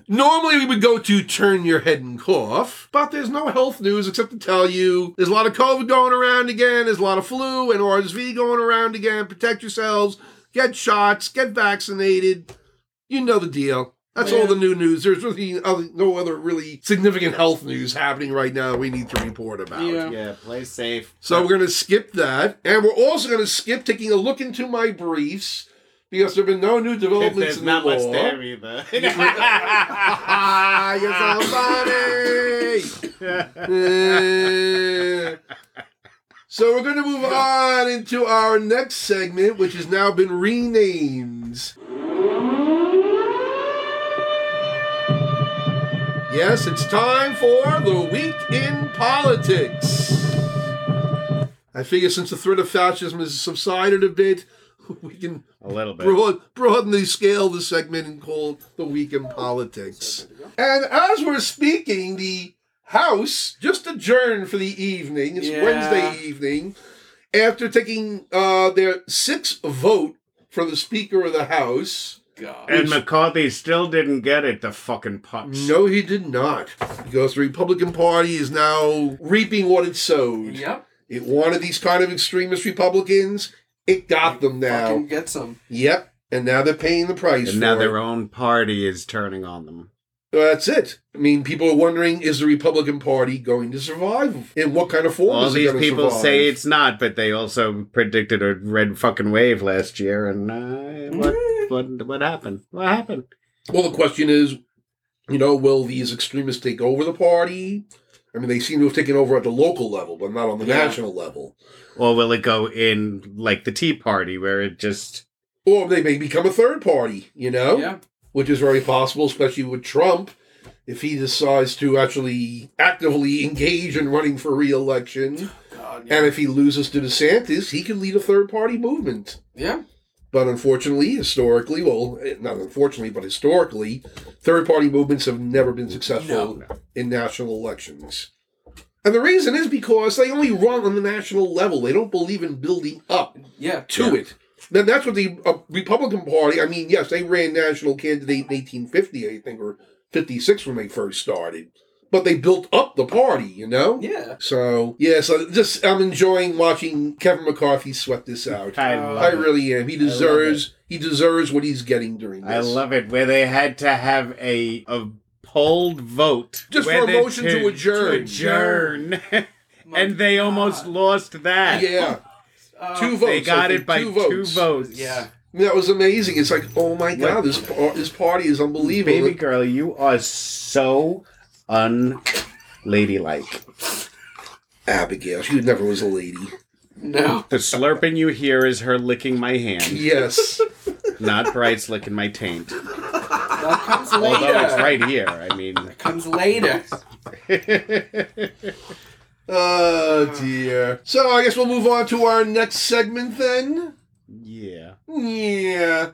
[SPEAKER 1] Normally we would go to turn your head and cough, but there's no health news except to tell you there's a lot of COVID going around again, there's a lot of flu and RSV going around again. Protect yourselves, get shots, get vaccinated. You know the deal. That's all the new news. There's really other, no other really significant health news happening right now we need to report about.
[SPEAKER 3] Yeah.
[SPEAKER 2] Yeah, play safe.
[SPEAKER 1] So we're going to skip that. And we're also going to skip taking a look into my briefs because there have been no new developments
[SPEAKER 2] There's
[SPEAKER 1] in the
[SPEAKER 2] not much
[SPEAKER 1] law.
[SPEAKER 2] there either.
[SPEAKER 1] Ah, you're so funny. Eh. so we're going to move on into our next segment, which has now been renamed. Yes, it's time for the week in politics. I figure since the threat of fascism has subsided a bit, we can
[SPEAKER 2] a little bit.
[SPEAKER 1] broad, broaden the scale of the segment and call the week in politics. And as we're speaking, the House just adjourned for the evening. It's
[SPEAKER 3] Yeah.
[SPEAKER 1] Wednesday evening. After taking uh, their sixth vote for the Speaker of the House.
[SPEAKER 3] God.
[SPEAKER 2] And McCarthy still didn't get it, the fucking putz.
[SPEAKER 1] No, he did not. Because the Republican Party is now reaping what it sowed.
[SPEAKER 3] Yep.
[SPEAKER 1] It wanted these kind of extremist Republicans. It got them now.
[SPEAKER 3] Fucking get some.
[SPEAKER 1] Yep. And now they're paying the price.
[SPEAKER 2] And now
[SPEAKER 1] for it.
[SPEAKER 2] their own party is turning on them.
[SPEAKER 1] That's it. I mean, people are wondering: Is the Republican Party going to survive? In what kind of form?
[SPEAKER 2] All
[SPEAKER 1] is it
[SPEAKER 2] these
[SPEAKER 1] gonna
[SPEAKER 2] people
[SPEAKER 1] survive?
[SPEAKER 2] say it's not, but they also predicted a red fucking wave last year, and uh,
[SPEAKER 1] Hmm?
[SPEAKER 2] what, what what happened? What happened?
[SPEAKER 1] Well, the question is, you know, will these extremists take over the party? I mean, they seem to have taken over at the local level, but not on the
[SPEAKER 3] Yeah.
[SPEAKER 1] national level.
[SPEAKER 2] Or will it go in like the Tea Party, where it just
[SPEAKER 1] Or they may become a third party, you know,
[SPEAKER 3] Yeah.
[SPEAKER 1] which is very possible, especially with Trump, if he decides to actually actively engage in running for re-election,
[SPEAKER 3] God, yeah.
[SPEAKER 1] and if he loses to DeSantis, he could lead a third party movement.
[SPEAKER 3] yeah.
[SPEAKER 1] But unfortunately, historically, well, eh, not unfortunately, but historically, third party movements have never been successful in national elections. And the reason is because they only run on the national level. They don't believe in building up
[SPEAKER 3] Yeah.
[SPEAKER 1] to it. Then that's what the uh, Republican Party, I mean, yes, they ran national candidate in 1850, I think, or 56 when they first started. But they built up the party, you know?
[SPEAKER 3] Yeah.
[SPEAKER 1] So, yeah, so just, I'm enjoying watching Kevin McCarthy sweat this out.
[SPEAKER 2] I
[SPEAKER 3] Uh,
[SPEAKER 2] love
[SPEAKER 1] I
[SPEAKER 2] it.
[SPEAKER 1] really am. He
[SPEAKER 2] love
[SPEAKER 1] deserves he deserves what he's getting during this.
[SPEAKER 2] I love it where they had to have a a polled vote
[SPEAKER 1] Just for a
[SPEAKER 2] whether
[SPEAKER 1] motion to adjourn.
[SPEAKER 2] to adjourn.
[SPEAKER 3] My
[SPEAKER 2] and they almost
[SPEAKER 3] God.
[SPEAKER 2] lost that. Oh,
[SPEAKER 1] Yeah,
[SPEAKER 3] Uh,
[SPEAKER 1] two votes.
[SPEAKER 2] They got
[SPEAKER 1] I
[SPEAKER 2] it
[SPEAKER 1] think,
[SPEAKER 2] by
[SPEAKER 1] two votes.
[SPEAKER 3] Yeah.
[SPEAKER 1] That was amazing. It's like, oh my god,
[SPEAKER 2] What?
[SPEAKER 1] this par- this party is unbelievable.
[SPEAKER 2] Baby girl, you are so unladylike.
[SPEAKER 1] Abigail, she never was a lady.
[SPEAKER 3] No.
[SPEAKER 2] The slurping you hear is her licking my hand,
[SPEAKER 1] Yes,
[SPEAKER 2] not Bryce licking my taint.
[SPEAKER 3] That comes later.
[SPEAKER 2] Although it's right here. I mean,
[SPEAKER 3] Comes later.
[SPEAKER 1] oh dear. So I guess we'll move on to our next segment then.
[SPEAKER 2] yeah.
[SPEAKER 1] Yeah.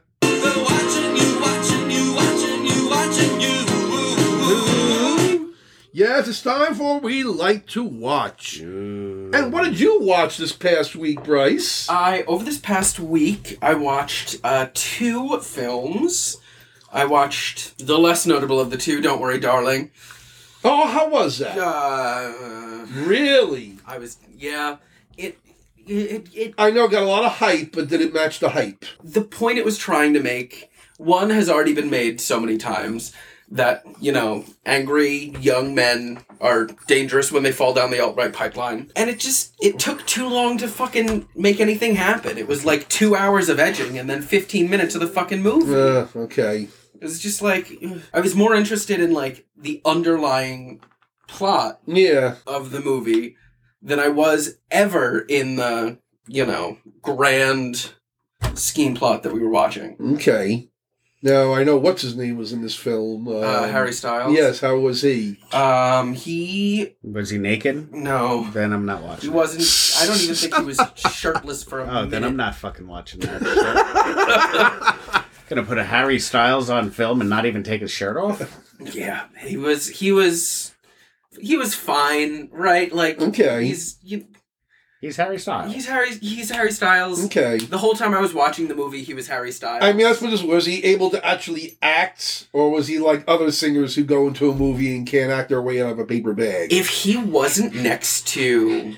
[SPEAKER 1] Yes, it's time for we like to watch. And what did you watch this past week, Bryce?
[SPEAKER 2] Uh,
[SPEAKER 3] I over this past week, I watched uh, two films. I watched the less notable of the two. Don't worry, darling.
[SPEAKER 1] oh, how was that?
[SPEAKER 3] Uh,
[SPEAKER 1] Really?
[SPEAKER 3] I was yeah. It it it
[SPEAKER 1] I know it got a lot of hype, but did it match the hype?
[SPEAKER 3] the point it was trying to make. One has already been made so many times that you know angry young men are dangerous when they fall down the alt-right pipeline and it just it took too long to fucking make anything happen it was like two hours of edging and then 15 minutes of the fucking movie
[SPEAKER 1] Uh, okay.
[SPEAKER 3] It was just like I was more interested in like the underlying plot
[SPEAKER 1] Yeah.
[SPEAKER 3] of the movie than I was ever in the you know grand scheme plot that we were watching.
[SPEAKER 1] Okay. Now I know what's his name was in this film. Um,
[SPEAKER 3] uh, Harry Styles.
[SPEAKER 1] Yes. How was he?
[SPEAKER 3] Um. He
[SPEAKER 2] Was he naked?
[SPEAKER 3] no.
[SPEAKER 2] Then I'm not
[SPEAKER 3] He
[SPEAKER 2] watching. it.
[SPEAKER 3] wasn't. I don't even think he was shirtless for a
[SPEAKER 2] Oh, then I'm
[SPEAKER 3] minute.
[SPEAKER 2] not fucking watching that. Gonna put a Harry Styles on film and not even take his shirt off?
[SPEAKER 3] Yeah. He was. He was. He was fine, right? Like
[SPEAKER 1] Okay.
[SPEAKER 3] he's you,
[SPEAKER 2] He's Harry Styles.
[SPEAKER 3] he's Harry he's Harry Styles.
[SPEAKER 1] Okay.
[SPEAKER 3] The whole time I was watching the movie, he was Harry Styles.
[SPEAKER 1] I mean, that's what this was. He able to actually act, or was he like other singers who go into a movie and can't act their way out of a paper bag?
[SPEAKER 3] if he wasn't next to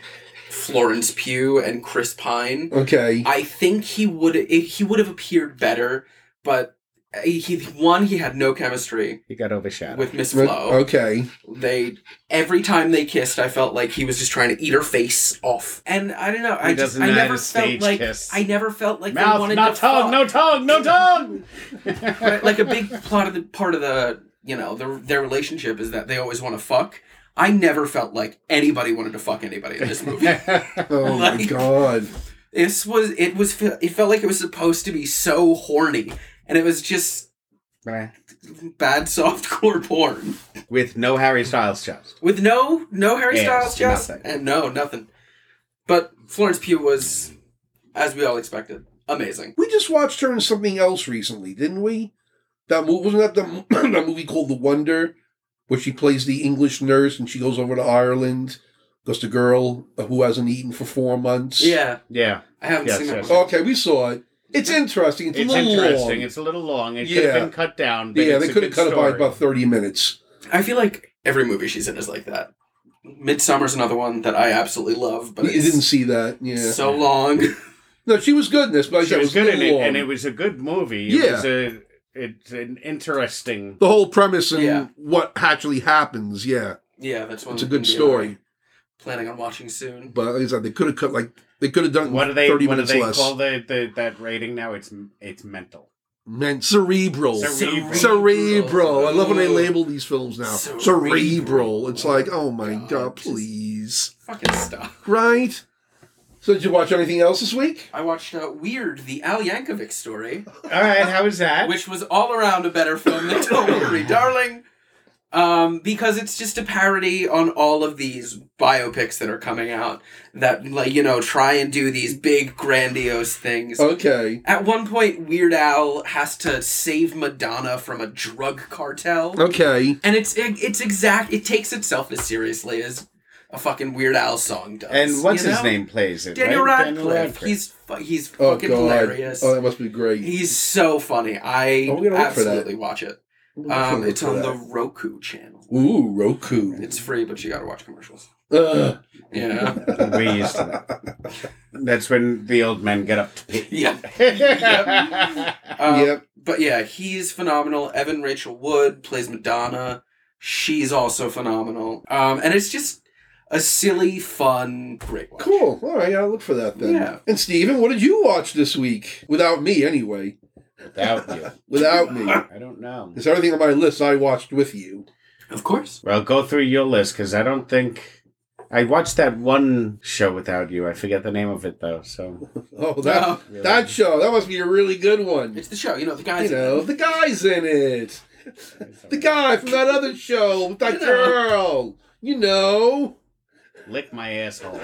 [SPEAKER 3] Florence Pugh and Chris Pine,
[SPEAKER 1] Okay.
[SPEAKER 3] I think he would he would have appeared better. But uh, he one he had no chemistry
[SPEAKER 2] He got overshadowed.
[SPEAKER 3] with Miss
[SPEAKER 1] But- uh,
[SPEAKER 3] Flo.
[SPEAKER 1] Okay.
[SPEAKER 3] They every time they kissed, I felt like he was just trying to eat her face off. And I don't know. I just
[SPEAKER 2] doesn't
[SPEAKER 3] I
[SPEAKER 2] know how
[SPEAKER 3] never
[SPEAKER 2] to
[SPEAKER 3] felt
[SPEAKER 2] stage
[SPEAKER 3] like
[SPEAKER 2] kiss.
[SPEAKER 3] I never felt like they
[SPEAKER 2] Mouth,
[SPEAKER 3] wanted
[SPEAKER 2] not
[SPEAKER 3] to
[SPEAKER 2] tongue,
[SPEAKER 3] fuck.
[SPEAKER 2] no tongue, no tongue!
[SPEAKER 3] But, like a big plot of the part of the you know their their relationship is that they always want to fuck. I never felt like anybody wanted to fuck anybody in this movie.
[SPEAKER 1] Oh my
[SPEAKER 3] Like-
[SPEAKER 1] god.
[SPEAKER 3] this was it was fe- it felt like it was supposed to be so horny, and it was just bad softcore porn
[SPEAKER 2] with no Harry Styles chops.
[SPEAKER 3] with no no Harry
[SPEAKER 2] Yeah,
[SPEAKER 3] Styles just
[SPEAKER 2] nothing.
[SPEAKER 3] and no nothing. But Florence Pugh was, as we all expected, amazing.
[SPEAKER 1] We just watched her in something else recently, didn't we? That movie wasn't that the that movie called The Wonder, where she plays the English nurse and she goes over to Ireland because the girl who hasn't eaten for four months.
[SPEAKER 3] Yeah,
[SPEAKER 2] Yeah,
[SPEAKER 3] I haven't
[SPEAKER 2] Yes,
[SPEAKER 3] seen
[SPEAKER 2] yes.
[SPEAKER 3] that. one.
[SPEAKER 1] Okay, we saw it. It's interesting. It's,
[SPEAKER 2] it's
[SPEAKER 1] a little
[SPEAKER 2] interesting.
[SPEAKER 1] long.
[SPEAKER 2] It's a little long. It could
[SPEAKER 1] Yeah.
[SPEAKER 2] have been cut down. But
[SPEAKER 1] yeah,
[SPEAKER 2] it's
[SPEAKER 1] they
[SPEAKER 2] a
[SPEAKER 1] could have
[SPEAKER 2] good
[SPEAKER 1] cut it by
[SPEAKER 2] story.
[SPEAKER 1] about thirty minutes.
[SPEAKER 3] I feel like every movie she's in is like that. Midsummer's another one that I absolutely love, but
[SPEAKER 1] You
[SPEAKER 3] it's
[SPEAKER 1] didn't see that. Yeah.
[SPEAKER 3] so long.
[SPEAKER 1] No, she was good in this, but I
[SPEAKER 2] She
[SPEAKER 1] said
[SPEAKER 2] was good
[SPEAKER 1] a
[SPEAKER 2] in
[SPEAKER 1] little
[SPEAKER 2] it,
[SPEAKER 1] long.
[SPEAKER 2] and it was a good movie. It
[SPEAKER 1] Yeah.
[SPEAKER 2] was a, it's an interesting.
[SPEAKER 1] The whole premise and
[SPEAKER 3] Yeah.
[SPEAKER 1] what actually happens. Yeah,
[SPEAKER 3] Yeah, that's one
[SPEAKER 1] it's a
[SPEAKER 3] we
[SPEAKER 1] good
[SPEAKER 3] can be
[SPEAKER 1] story.
[SPEAKER 3] already Planning on watching soon.
[SPEAKER 1] But like I said, they could have cut like they could have done
[SPEAKER 2] What do they?
[SPEAKER 1] thirty
[SPEAKER 2] What do
[SPEAKER 1] minutes
[SPEAKER 2] they
[SPEAKER 1] less.
[SPEAKER 2] call the, the that rating now? It's it's mental.
[SPEAKER 1] Meant cerebral.
[SPEAKER 2] Cere-
[SPEAKER 1] cerebral.
[SPEAKER 2] Cerebral.
[SPEAKER 1] I love when they label these films now. Cerebral.
[SPEAKER 3] Cerebral.
[SPEAKER 1] It's like, oh my god,
[SPEAKER 3] God, just-
[SPEAKER 1] please.
[SPEAKER 3] Fucking stuff.
[SPEAKER 1] Right. So did you watch anything else this week?
[SPEAKER 3] I watched uh, Weird, the Al Yankovic story,
[SPEAKER 2] All right, how is that?
[SPEAKER 3] which was all around a better film than Don't Worry, Darling, um, because it's just a parody on all of these biopics that are coming out that, like, you know, try and do these big, grandiose things.
[SPEAKER 1] Okay.
[SPEAKER 3] At one point, Weird Al has to save Madonna from a drug cartel.
[SPEAKER 2] Oh.
[SPEAKER 1] Okay.
[SPEAKER 3] And it's it's exact. It takes itself as seriously as a fucking Weird Al song does.
[SPEAKER 2] and what's
[SPEAKER 3] you
[SPEAKER 2] his
[SPEAKER 3] know?
[SPEAKER 2] name plays it?
[SPEAKER 3] Daniel
[SPEAKER 2] right?
[SPEAKER 3] Radcliffe. He's fu- he's
[SPEAKER 1] Oh
[SPEAKER 3] fucking
[SPEAKER 1] god.
[SPEAKER 3] hilarious.
[SPEAKER 1] Oh, that must be great.
[SPEAKER 3] He's so funny. I
[SPEAKER 1] Oh, we gotta look for that.
[SPEAKER 3] absolutely watch it.
[SPEAKER 1] I'm gonna
[SPEAKER 3] Um,
[SPEAKER 1] look
[SPEAKER 3] it's
[SPEAKER 1] for
[SPEAKER 3] on
[SPEAKER 1] that.
[SPEAKER 3] the Roku channel.
[SPEAKER 1] Ooh, Roku.
[SPEAKER 3] It's free, but you gotta watch commercials.
[SPEAKER 1] Ugh.
[SPEAKER 3] Yeah,
[SPEAKER 2] we used to that. That's when the old men get up to pee.
[SPEAKER 3] yeah. Um,
[SPEAKER 1] yep.
[SPEAKER 3] But yeah, he's phenomenal. Evan Rachel Wood plays Madonna. She's also phenomenal. Um, and it's just a silly, fun, great watch.
[SPEAKER 1] Cool. All right, I'll look for that then.
[SPEAKER 3] Yeah.
[SPEAKER 1] And Steven, what did you watch this week? Without me, anyway.
[SPEAKER 2] Without you,
[SPEAKER 1] Without me.
[SPEAKER 2] I don't know.
[SPEAKER 1] It's everything on my list I watched with you.
[SPEAKER 3] Of course.
[SPEAKER 2] Well, go through your list because I don't think I watched that one show without you. I forget the name of it though. So
[SPEAKER 1] Oh, that
[SPEAKER 3] Oh.
[SPEAKER 1] that show. That must be a really good one.
[SPEAKER 3] It's the show, you know, the guys.
[SPEAKER 1] You know, the guy's in it. The guy from that other show with that
[SPEAKER 3] You know.
[SPEAKER 1] girl. You know.
[SPEAKER 2] lick my asshole.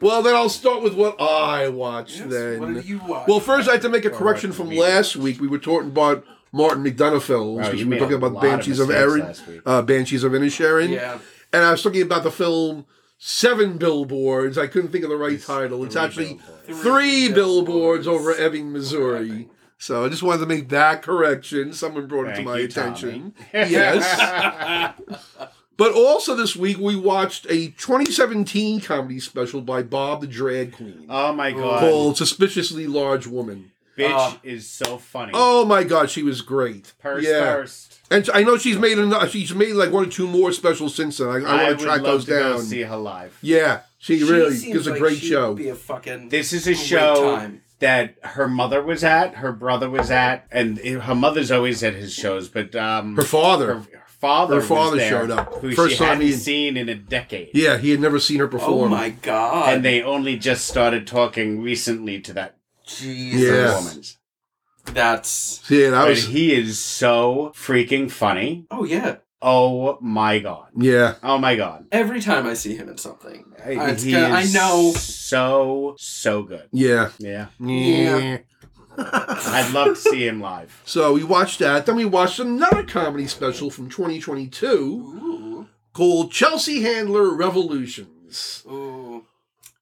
[SPEAKER 1] Well, then I'll start with what I watched
[SPEAKER 3] Yes,
[SPEAKER 1] then.
[SPEAKER 3] What did you watch?
[SPEAKER 1] Well, first I have to make a
[SPEAKER 2] Or
[SPEAKER 1] correction
[SPEAKER 2] what
[SPEAKER 1] from
[SPEAKER 2] we
[SPEAKER 1] last week. We were talking about Martin McDonough films
[SPEAKER 2] Wow,
[SPEAKER 1] because
[SPEAKER 2] you
[SPEAKER 1] we were
[SPEAKER 2] made
[SPEAKER 1] talking
[SPEAKER 2] a
[SPEAKER 1] about
[SPEAKER 2] lot of
[SPEAKER 1] Banshees of
[SPEAKER 2] mistakes
[SPEAKER 1] Erin,
[SPEAKER 2] last week.
[SPEAKER 1] uh, Banshees of Inisherin,
[SPEAKER 3] yeah.
[SPEAKER 1] and I was talking about the film Seven Billboards. I couldn't think of the right title. It's
[SPEAKER 2] three
[SPEAKER 1] actually
[SPEAKER 2] billboards.
[SPEAKER 1] three billboards
[SPEAKER 3] billboards.
[SPEAKER 1] over Ebbing, Missouri. So I just wanted to make that correction. Someone brought it to
[SPEAKER 2] Thank
[SPEAKER 1] my
[SPEAKER 2] you,
[SPEAKER 1] attention.
[SPEAKER 2] Tommy.
[SPEAKER 1] Yes. But also this week we watched a 2017 comedy special by Bob the Drag Queen
[SPEAKER 2] oh my god,
[SPEAKER 1] called "Suspiciously Large Woman."
[SPEAKER 2] bitch
[SPEAKER 3] Uh,
[SPEAKER 2] is so funny.
[SPEAKER 1] Oh my God, she was great.
[SPEAKER 2] purse
[SPEAKER 1] yeah,
[SPEAKER 2] first.
[SPEAKER 1] and I know she's made another. She's made like one or two more specials since then. I, I want to track those down.
[SPEAKER 2] Go see her live.
[SPEAKER 1] yeah, she, really
[SPEAKER 3] seems
[SPEAKER 1] gives a
[SPEAKER 3] like
[SPEAKER 1] great
[SPEAKER 3] she
[SPEAKER 1] show.
[SPEAKER 3] would Be a fucking.
[SPEAKER 2] This is a
[SPEAKER 3] great
[SPEAKER 2] show
[SPEAKER 3] Time.
[SPEAKER 2] that her mother was at, her brother was at, and her mother's always at his shows. But um,
[SPEAKER 1] Her father.
[SPEAKER 2] her, her father,
[SPEAKER 1] Her
[SPEAKER 2] was
[SPEAKER 1] father
[SPEAKER 2] there,
[SPEAKER 1] showed up.
[SPEAKER 2] who
[SPEAKER 1] First
[SPEAKER 2] she
[SPEAKER 1] time
[SPEAKER 2] hadn't
[SPEAKER 1] he-
[SPEAKER 2] seen in a decade.
[SPEAKER 1] yeah, he had never seen her
[SPEAKER 3] Oh
[SPEAKER 1] perform.
[SPEAKER 3] my god.
[SPEAKER 2] and they only just started talking recently to that
[SPEAKER 1] Yeah.
[SPEAKER 3] Jesus.
[SPEAKER 2] woman.
[SPEAKER 3] That's.
[SPEAKER 1] Yeah, that
[SPEAKER 2] But
[SPEAKER 1] was.
[SPEAKER 2] he is so freaking funny.
[SPEAKER 3] Oh yeah.
[SPEAKER 2] Oh my god.
[SPEAKER 1] Yeah,
[SPEAKER 2] Oh my god.
[SPEAKER 3] Every time I see him in something,
[SPEAKER 2] I,
[SPEAKER 3] it's
[SPEAKER 2] he
[SPEAKER 3] gonna- I
[SPEAKER 2] is
[SPEAKER 3] know.
[SPEAKER 2] So so good.
[SPEAKER 1] yeah,
[SPEAKER 2] Yeah.
[SPEAKER 3] Yeah.
[SPEAKER 2] I'd love to see him live.
[SPEAKER 1] So we watched that. Then we watched another comedy special from 2022
[SPEAKER 3] Ooh.
[SPEAKER 1] called Chelsea Handler Revolutions.
[SPEAKER 3] Ooh.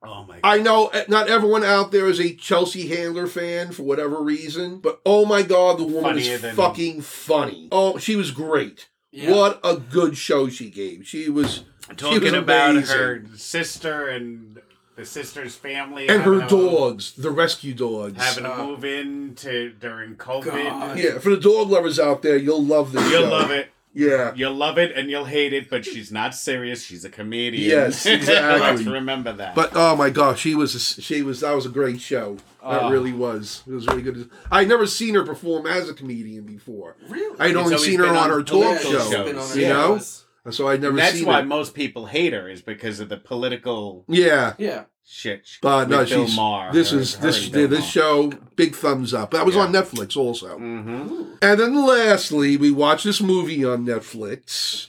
[SPEAKER 2] Oh my god.
[SPEAKER 1] I know eh, not everyone out there is a Chelsea Handler fan for whatever reason, but oh my god, the woman
[SPEAKER 2] Funnier
[SPEAKER 1] is
[SPEAKER 2] than-
[SPEAKER 1] fucking funny. Oh, she was great.
[SPEAKER 3] Yeah.
[SPEAKER 1] What a good show she gave. She was she was
[SPEAKER 2] Talking about
[SPEAKER 1] amazing.
[SPEAKER 2] her sister and the sister's family
[SPEAKER 1] and
[SPEAKER 2] having
[SPEAKER 1] her
[SPEAKER 2] a-
[SPEAKER 1] dogs, the rescue dogs.
[SPEAKER 2] having to
[SPEAKER 3] Uh,
[SPEAKER 2] move in to during COVID.
[SPEAKER 3] God.
[SPEAKER 1] yeah, for the dog lovers out there, you'll love this.
[SPEAKER 2] You'll
[SPEAKER 1] show.
[SPEAKER 2] love it.
[SPEAKER 1] Yeah.
[SPEAKER 2] You'll love it and you'll hate it, but she's not serious. She's a comedian.
[SPEAKER 1] Yes, exactly.
[SPEAKER 2] Let's remember that.
[SPEAKER 1] But oh my gosh, she was she was that was a great show. That
[SPEAKER 2] Oh.
[SPEAKER 1] really was. It was really good. I'd never seen her perform as a comedian before.
[SPEAKER 3] Really?
[SPEAKER 1] I'd only
[SPEAKER 2] always
[SPEAKER 1] seen her
[SPEAKER 2] been
[SPEAKER 1] on,
[SPEAKER 2] on
[SPEAKER 1] her
[SPEAKER 3] Yeah,
[SPEAKER 1] talk
[SPEAKER 2] political
[SPEAKER 1] show,
[SPEAKER 3] she's been on
[SPEAKER 2] shows,
[SPEAKER 3] our
[SPEAKER 1] you know.
[SPEAKER 3] shows.
[SPEAKER 1] So I'd never
[SPEAKER 2] And that's
[SPEAKER 1] seen
[SPEAKER 2] why
[SPEAKER 1] her.
[SPEAKER 2] most people hate her is because of the political
[SPEAKER 1] Yeah,
[SPEAKER 3] Yeah.
[SPEAKER 2] shit. sh-
[SPEAKER 1] but no,
[SPEAKER 2] with Bill
[SPEAKER 1] she's
[SPEAKER 2] Maher,
[SPEAKER 1] this
[SPEAKER 2] her-
[SPEAKER 1] is
[SPEAKER 2] her
[SPEAKER 1] this
[SPEAKER 2] and Bill
[SPEAKER 1] this
[SPEAKER 2] Maher.
[SPEAKER 1] show big thumbs up. That was
[SPEAKER 2] Yeah.
[SPEAKER 1] on Netflix also.
[SPEAKER 2] Mhm.
[SPEAKER 3] Ooh.
[SPEAKER 1] And then lastly, we watched this movie on Netflix.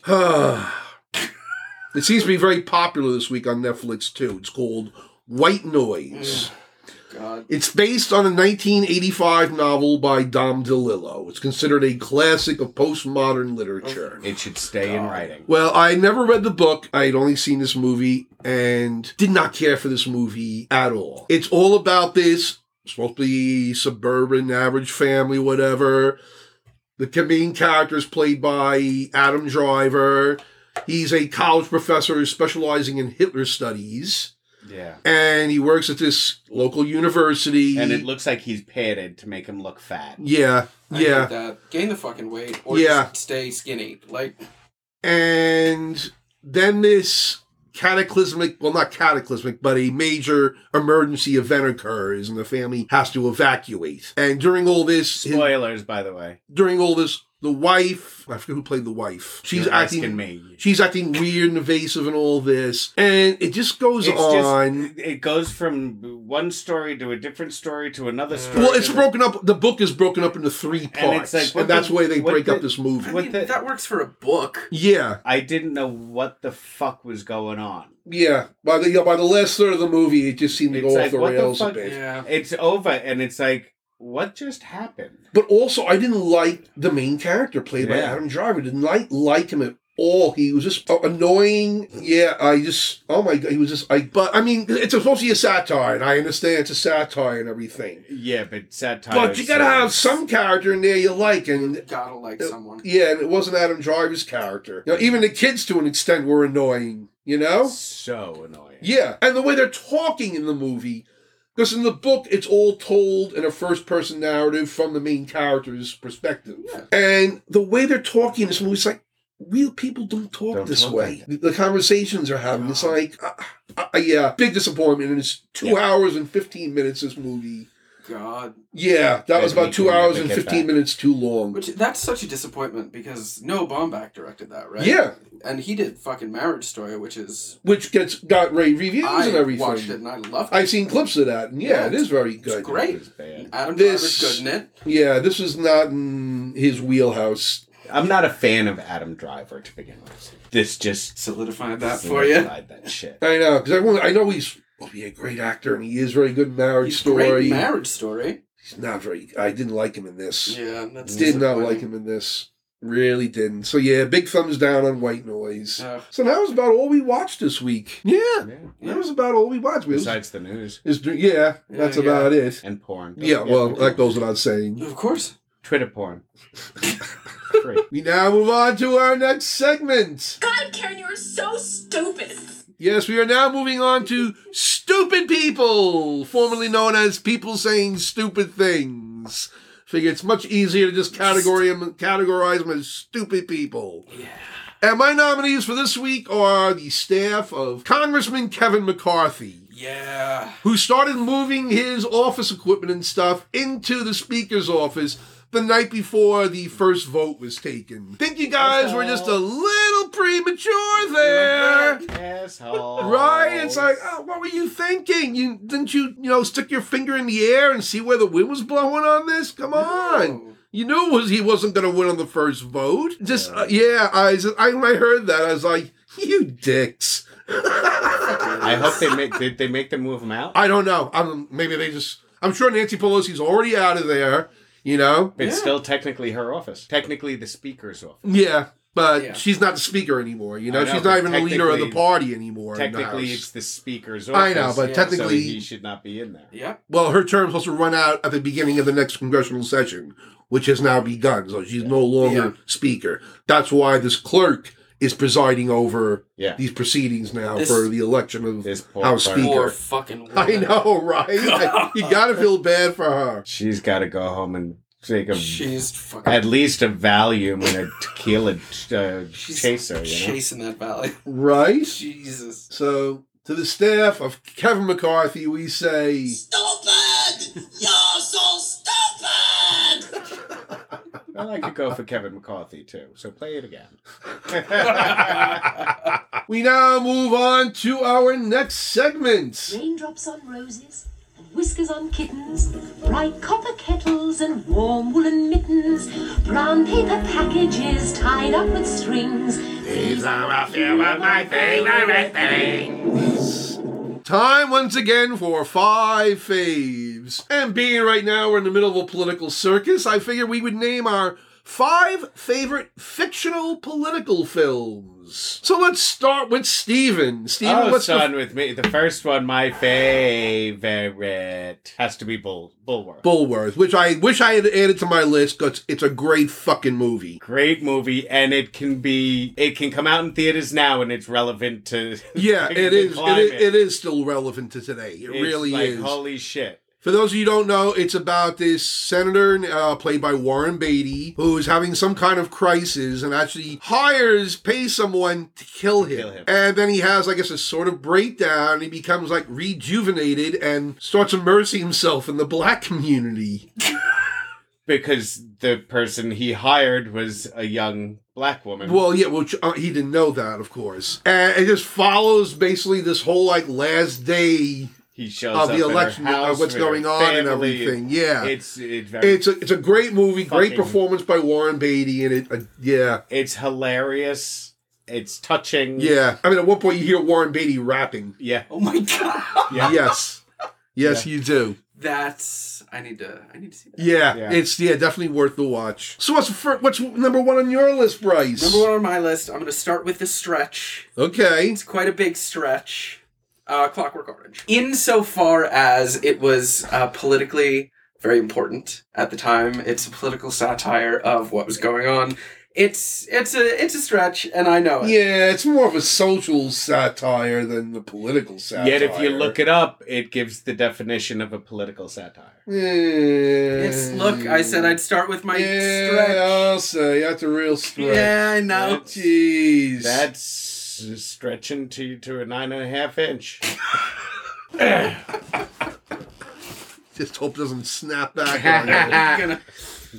[SPEAKER 1] it seems to be very popular this week on Netflix too. It's called White Noise.
[SPEAKER 3] God.
[SPEAKER 1] It's based on a 1985 novel by Dom DeLillo. It's considered a classic of postmodern literature.
[SPEAKER 2] It should stay in writing.
[SPEAKER 1] Well, I never read the book. I had only seen this movie and did not care for this movie at all. It's all about this supposed to be suburban average family, whatever. The main character is played by Adam Driver. He's a college professor who's specializing in Hitler studies.
[SPEAKER 2] Yeah.
[SPEAKER 1] and he works at this local university.
[SPEAKER 2] And it looks like he's padded to make him look fat.
[SPEAKER 1] yeah,
[SPEAKER 3] I hate
[SPEAKER 1] yeah,
[SPEAKER 3] that. Gain the fucking weight or
[SPEAKER 1] Yeah.
[SPEAKER 3] just stay skinny. Like,
[SPEAKER 1] and then this cataclysmic well not cataclysmic but a major emergency event occurs and the family has to evacuate and during all this his-
[SPEAKER 2] Spoilers, by the way.
[SPEAKER 1] during all this the wife i forget who played the wife she's
[SPEAKER 2] You're
[SPEAKER 1] acting
[SPEAKER 2] asking me.
[SPEAKER 1] she's acting weird and evasive and all this and it just goes
[SPEAKER 2] It's just-
[SPEAKER 1] on
[SPEAKER 2] It goes from one story to a different story to another story.
[SPEAKER 1] well it's
[SPEAKER 2] to-
[SPEAKER 1] broken up the book is broken up into three
[SPEAKER 2] And
[SPEAKER 1] parts
[SPEAKER 2] it's
[SPEAKER 1] and,
[SPEAKER 2] like, what
[SPEAKER 1] that's
[SPEAKER 2] the-
[SPEAKER 1] why they
[SPEAKER 2] what
[SPEAKER 1] break
[SPEAKER 2] the-
[SPEAKER 1] up this
[SPEAKER 3] I
[SPEAKER 1] movie
[SPEAKER 2] What
[SPEAKER 3] mean,
[SPEAKER 2] the-
[SPEAKER 3] that works for a book.
[SPEAKER 1] yeah
[SPEAKER 2] I didn't know what the fuck was going on.
[SPEAKER 1] yeah by the yeah, by the last third of the movie it just seemed to
[SPEAKER 2] It's
[SPEAKER 1] go off
[SPEAKER 2] like,
[SPEAKER 1] the
[SPEAKER 2] what the
[SPEAKER 1] rails a
[SPEAKER 2] fuck-
[SPEAKER 1] bit
[SPEAKER 3] Yeah.
[SPEAKER 2] It's over, and it's like, what just happened?
[SPEAKER 1] But also, I didn't like the main character played by
[SPEAKER 2] Yeah.
[SPEAKER 1] Adam Driver. Didn't like like him at all. He was just a- annoying. Yeah, I just oh my god, he was just. I but I mean, it's supposed to be a satire, and I understand it's a satire and everything.
[SPEAKER 2] Yeah, but satire.
[SPEAKER 1] But you
[SPEAKER 2] is
[SPEAKER 1] gotta
[SPEAKER 2] so-
[SPEAKER 1] have some character in there you like, and
[SPEAKER 3] Gotta like
[SPEAKER 1] Uh,
[SPEAKER 3] someone.
[SPEAKER 1] yeah, and it wasn't Adam Driver's character. You know, even the kids to an extent were annoying. You know,
[SPEAKER 2] So annoying.
[SPEAKER 1] yeah, and the way they're talking in the movie. Because in the book, it's all told in a first person narrative from the main character's perspective.
[SPEAKER 3] Yeah.
[SPEAKER 1] And the way they're talking in this movie, it's like real people don't talk
[SPEAKER 2] Don't
[SPEAKER 1] this
[SPEAKER 2] talk
[SPEAKER 1] way.
[SPEAKER 2] like
[SPEAKER 1] The, the conversations they're having, it's like, uh, uh, uh, yeah, big disappointment. And it's two hours and 15 minutes, this movie.
[SPEAKER 3] God.
[SPEAKER 1] Yeah, that was
[SPEAKER 2] Maybe
[SPEAKER 1] about
[SPEAKER 2] we
[SPEAKER 1] two
[SPEAKER 2] can
[SPEAKER 1] hours
[SPEAKER 2] make
[SPEAKER 1] and
[SPEAKER 2] it
[SPEAKER 1] 15
[SPEAKER 2] back.
[SPEAKER 1] minutes too long.
[SPEAKER 3] Which, that's such a disappointment because Noah Baumbach directed that, right?
[SPEAKER 1] Yeah,
[SPEAKER 3] And he did fucking Marriage Story, which is.
[SPEAKER 1] which gets got rave reviews and
[SPEAKER 3] I
[SPEAKER 1] everything.
[SPEAKER 3] watched it and I loved it.
[SPEAKER 1] I've seen clips of that, and yeah,
[SPEAKER 3] Yeah,
[SPEAKER 1] it is very
[SPEAKER 3] it's
[SPEAKER 1] good.
[SPEAKER 2] It
[SPEAKER 3] great.
[SPEAKER 2] was bad.
[SPEAKER 3] Adam
[SPEAKER 1] This-
[SPEAKER 3] Driver's good in it.
[SPEAKER 1] Yeah, this was not in his wheelhouse.
[SPEAKER 2] I'm not a fan of Adam Driver to begin with. This just
[SPEAKER 3] Solidified that for you.
[SPEAKER 2] solidified that shit.
[SPEAKER 1] I know because everyone I know he's will be a great actor, and he is very good in Marriage
[SPEAKER 3] He's
[SPEAKER 1] Story.
[SPEAKER 3] great in Marriage Story.
[SPEAKER 1] he's not very. I didn't like him in this.
[SPEAKER 3] Yeah, that's
[SPEAKER 1] Did not
[SPEAKER 3] disappointing.
[SPEAKER 1] like him in this. Really didn't. So yeah, big thumbs down on White Noise.
[SPEAKER 3] Ugh.
[SPEAKER 1] So that was about all we watched this week. Yeah,
[SPEAKER 2] Yeah.
[SPEAKER 1] that was about all we watched. We was,
[SPEAKER 2] Besides the news
[SPEAKER 1] is- yeah, that's
[SPEAKER 3] yeah.
[SPEAKER 1] about it.
[SPEAKER 2] and porn. Don't
[SPEAKER 1] Yeah,
[SPEAKER 2] forget
[SPEAKER 1] well,
[SPEAKER 2] the
[SPEAKER 1] that
[SPEAKER 2] porn.
[SPEAKER 1] goes without saying.
[SPEAKER 3] Of course.
[SPEAKER 2] Twitter porn. Free.
[SPEAKER 1] We now move on to our next segment.
[SPEAKER 7] God, Karen, you are so stupid.
[SPEAKER 1] Yes, we are now moving on to Stupid People, formerly known as People Saying Stupid Things. Figure it's much easier to just category 'em- categorize them as stupid people. Yeah. And my nominees for this week are the staff of Congressman Kevin McCarthy,
[SPEAKER 3] Yeah.
[SPEAKER 1] who started moving his office equipment and stuff into the Speaker's office the night before the first vote was taken. Think you guys were just a little premature there.
[SPEAKER 2] Asshole.
[SPEAKER 1] Right? It's like, oh, what were you thinking? You didn't you, you know, stick your finger in the air and see where the wind was blowing on this? Come on.
[SPEAKER 3] Oh.
[SPEAKER 1] You knew it was he wasn't going to win on the first vote. Just uh, yeah, I, s- I when I heard that I was like, you dicks.
[SPEAKER 2] I hope they make did they make them move him out?
[SPEAKER 1] I don't know. I'm maybe they just. I'm sure Nancy Pelosi's already out of there. You know.
[SPEAKER 2] It's
[SPEAKER 3] Yeah.
[SPEAKER 2] still technically her office. Technically the speaker's office.
[SPEAKER 1] Yeah. But
[SPEAKER 3] Yeah.
[SPEAKER 1] she's not the speaker anymore, you know.
[SPEAKER 2] I know,
[SPEAKER 1] she's not
[SPEAKER 2] but
[SPEAKER 1] even the leader of the
[SPEAKER 2] technically-
[SPEAKER 1] party anymore. in the
[SPEAKER 2] Technically
[SPEAKER 1] House.
[SPEAKER 2] it's the speaker's office.
[SPEAKER 1] I know, but
[SPEAKER 3] yeah, so
[SPEAKER 2] so
[SPEAKER 1] technically
[SPEAKER 2] he should not be in there.
[SPEAKER 3] Yeah.
[SPEAKER 1] Well, her term's supposed to run out at the beginning of the next congressional session, which has now begun. So she's no longer
[SPEAKER 3] Yeah.
[SPEAKER 1] speaker. That's why this clerk is presiding over
[SPEAKER 2] Yeah.
[SPEAKER 1] these proceedings now
[SPEAKER 3] This-
[SPEAKER 1] for the election of.
[SPEAKER 2] This poor
[SPEAKER 1] House
[SPEAKER 2] clerk.
[SPEAKER 1] speaker.
[SPEAKER 3] Poor fucking woman.
[SPEAKER 1] I know, right? you gotta feel bad for her.
[SPEAKER 2] She's gotta go home and take a
[SPEAKER 3] She's fucking
[SPEAKER 2] at least a Valium and a tequila uh,
[SPEAKER 3] she's
[SPEAKER 2] chaser. You know?
[SPEAKER 3] chasing that valley.
[SPEAKER 1] Right?
[SPEAKER 3] Jesus.
[SPEAKER 1] So, to the staff of Kevin McCarthy, we say.
[SPEAKER 7] Stupid! You're so stupid!
[SPEAKER 2] I like to go for Kevin McCarthy too. So play it again.
[SPEAKER 1] We now move on to our next segment.
[SPEAKER 8] Raindrops on roses and whiskers on kittens, bright copper kettles and warm woolen mittens, brown paper packages tied up with strings. These are a few of my favorite things.
[SPEAKER 1] Time once again for five faves. And being right now we're in the middle of a political circus, I figure we would name our five favorite fictional political films. So let's start with Steven. Steven,
[SPEAKER 2] oh,
[SPEAKER 1] what's the-
[SPEAKER 2] son with me. The first one, my favorite, has to be Bull Bulwark.
[SPEAKER 1] Bullworth, which I wish I had added to my list because it's a great fucking movie.
[SPEAKER 2] Great movie, and it can be it can come out in theaters now, and it's relevant to
[SPEAKER 1] Yeah,
[SPEAKER 2] the
[SPEAKER 1] it is, it
[SPEAKER 2] climate.
[SPEAKER 1] is. It is still relevant to today. It
[SPEAKER 2] It's
[SPEAKER 1] really
[SPEAKER 2] like,
[SPEAKER 1] is.
[SPEAKER 2] Holy shit!
[SPEAKER 1] For those of you who don't know, it's about this senator uh, played by Warren Beatty who is having some kind of crisis and actually hires, pays someone to kill him.
[SPEAKER 2] Kill him.
[SPEAKER 1] And then he has, I guess, a sort of breakdown. and He becomes like rejuvenated and starts immersing himself in the black community.
[SPEAKER 2] Because the person he hired was a young black woman.
[SPEAKER 1] Well, yeah, which uh, he didn't know that, of course. And it just follows basically this whole like last day
[SPEAKER 2] he shows
[SPEAKER 1] of
[SPEAKER 2] up
[SPEAKER 1] uh, the
[SPEAKER 2] at her
[SPEAKER 1] election,
[SPEAKER 2] house
[SPEAKER 1] of what's
[SPEAKER 2] with her
[SPEAKER 1] going on and
[SPEAKER 2] family.
[SPEAKER 1] everything. Yeah.
[SPEAKER 2] It's it's very
[SPEAKER 1] It's a, it's a great movie, great
[SPEAKER 2] Fucking-
[SPEAKER 1] performance by Warren Beatty, and it uh, yeah
[SPEAKER 2] it's hilarious. It's touching.
[SPEAKER 1] yeah. I mean, at one point you hear Warren Beatty rapping.
[SPEAKER 2] yeah.
[SPEAKER 3] Oh my god.
[SPEAKER 2] Yeah.
[SPEAKER 1] Yes, yes, you do.
[SPEAKER 3] That's I need to I need to see that.
[SPEAKER 1] Yeah,
[SPEAKER 2] Yeah.
[SPEAKER 1] it's yeah definitely worth the watch. So what's the fir- what's number one on your list, Bryce?
[SPEAKER 3] Number one on my list. I'm gonna start with the stretch.
[SPEAKER 1] Okay,
[SPEAKER 3] It's quite a big stretch. Uh, Clockwork Orange. Insofar as it was uh, politically very important at the time, it's a political satire of what was going on. It's it's a it's a stretch, and I know it.
[SPEAKER 1] yeah, it's more of a social satire than the political satire.
[SPEAKER 2] Yet if you look it up, it gives the definition of a political satire.
[SPEAKER 3] It's look. I said I'd start with my
[SPEAKER 1] yeah,
[SPEAKER 3] stretch.
[SPEAKER 1] also, you that's a real stretch.
[SPEAKER 3] Yeah, I know.
[SPEAKER 2] That's-
[SPEAKER 1] Jeez,
[SPEAKER 2] That's stretching to to a nine and a half inch.
[SPEAKER 1] just hope it doesn't snap back. on you.
[SPEAKER 3] I'm gonna-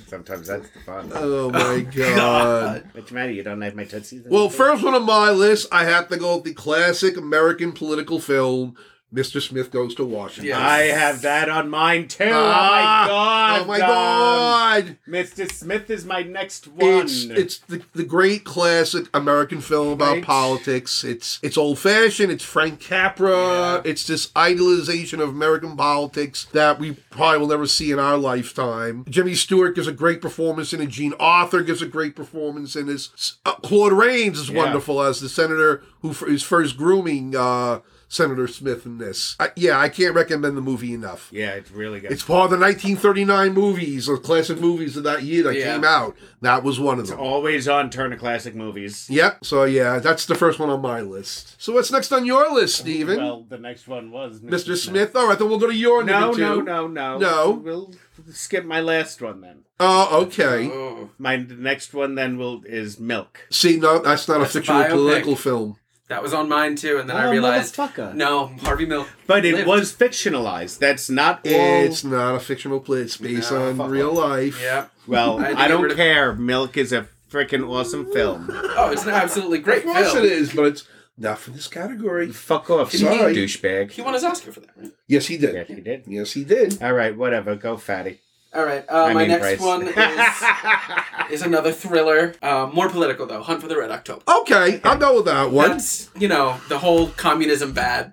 [SPEAKER 2] Sometimes that's the fun.
[SPEAKER 1] Oh my god.
[SPEAKER 2] What's the matter? You don't have my tootsies?
[SPEAKER 1] Well, first one on my list, I have to go with the classic American political film, Mr. Smith Goes to Washington.
[SPEAKER 3] Yeah.
[SPEAKER 2] I have that on mine too.
[SPEAKER 1] Ah,
[SPEAKER 2] oh
[SPEAKER 1] oh
[SPEAKER 2] my
[SPEAKER 1] my
[SPEAKER 2] god!
[SPEAKER 1] god!
[SPEAKER 2] Don. Mr. Smith is my next one.
[SPEAKER 1] It's it's the, the great classic American film about
[SPEAKER 2] Right.
[SPEAKER 1] politics. It's it's old fashioned. It's Frank Capra. It's this idealization of American politics that we probably will never see in our lifetime. Jimmy Stewart gives a great performance in it. Gene Arthur gives a great performance in this. Uh, Claude Rains is
[SPEAKER 2] Yeah.
[SPEAKER 1] wonderful as the senator who f- is first grooming uh, Senator Smith in this. I, yeah, I can't recommend the movie enough.
[SPEAKER 2] yeah, it's really good.
[SPEAKER 1] It's part of the 1939 movies or classic movies of that year that
[SPEAKER 3] Yeah.
[SPEAKER 1] came out. That was one of them.
[SPEAKER 2] always on Turner Classic Movies.
[SPEAKER 1] Yep. So yeah, that's the first one on my list. So what's next on your list, Steven?
[SPEAKER 2] Well, the next one was
[SPEAKER 1] Mr. Smith. All right, then we'll go to your
[SPEAKER 2] No,
[SPEAKER 1] number two.
[SPEAKER 2] no, no, no.
[SPEAKER 1] No.
[SPEAKER 2] We'll skip my last one then.
[SPEAKER 1] Oh, okay.
[SPEAKER 3] oh,
[SPEAKER 2] My next one then will is Milk.
[SPEAKER 1] See, no, that's not
[SPEAKER 3] That's
[SPEAKER 1] a fictional
[SPEAKER 3] biopic.
[SPEAKER 1] political film.
[SPEAKER 3] that was on mine too, and then I
[SPEAKER 2] Oh,
[SPEAKER 3] realized
[SPEAKER 2] motherfucker.
[SPEAKER 3] no Harvey Milk.
[SPEAKER 2] But it
[SPEAKER 3] lived.
[SPEAKER 2] was fictionalized. That's not all.
[SPEAKER 1] It's not a fictional play. It's based
[SPEAKER 3] No,
[SPEAKER 1] on
[SPEAKER 2] fuck
[SPEAKER 1] real
[SPEAKER 2] off.
[SPEAKER 1] life.
[SPEAKER 3] yeah.
[SPEAKER 2] well,
[SPEAKER 3] I had to
[SPEAKER 2] I
[SPEAKER 3] get
[SPEAKER 2] don't
[SPEAKER 3] rid of-
[SPEAKER 2] care. Milk is a freaking awesome film.
[SPEAKER 3] Oh, it's an absolutely great
[SPEAKER 1] Of course
[SPEAKER 3] film.
[SPEAKER 1] it is, but it's not for this category.
[SPEAKER 2] Fuck off,
[SPEAKER 1] Sorry.
[SPEAKER 2] douchebag.
[SPEAKER 3] He won his Oscar for that. Right?
[SPEAKER 1] Yes, he did.
[SPEAKER 2] Yeah, he did.
[SPEAKER 1] Yes, he did.
[SPEAKER 2] All right, whatever. Go, fatty.
[SPEAKER 3] All right. Uh,
[SPEAKER 2] I
[SPEAKER 3] my
[SPEAKER 2] mean,
[SPEAKER 3] next
[SPEAKER 2] Bryce.
[SPEAKER 3] one is
[SPEAKER 2] Oh,
[SPEAKER 3] is another thriller. Uh, more political though. Hunt for the Red October.
[SPEAKER 1] Okay, I'll go with that one.
[SPEAKER 3] That's you know the whole communism bad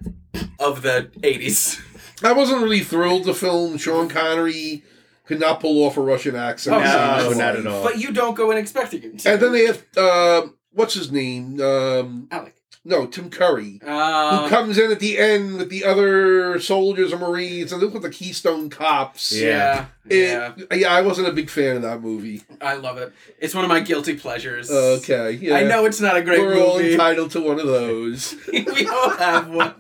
[SPEAKER 3] of the '80s.
[SPEAKER 1] I wasn't really thrilled. The film Sean Connery could not pull off a Russian accent.
[SPEAKER 3] Oh,
[SPEAKER 2] No,
[SPEAKER 3] Sorry.
[SPEAKER 2] not at all.
[SPEAKER 3] But you don't go in expecting him to.
[SPEAKER 1] Uh, And then they have uh, what's his name? Um,
[SPEAKER 3] Alec.
[SPEAKER 1] no, Tim Curry,
[SPEAKER 3] Uh,
[SPEAKER 1] who comes in at the end with the other soldiers or Marines, and look at the Keystone Cops.
[SPEAKER 3] yeah. Yeah.
[SPEAKER 1] It- yeah, I wasn't a big fan of that movie.
[SPEAKER 3] I love it. It's one of my guilty pleasures.
[SPEAKER 1] Okay, yeah.
[SPEAKER 3] I know it's not a great
[SPEAKER 1] We're all
[SPEAKER 3] movie.
[SPEAKER 1] entitled to one of those.
[SPEAKER 3] we all have one.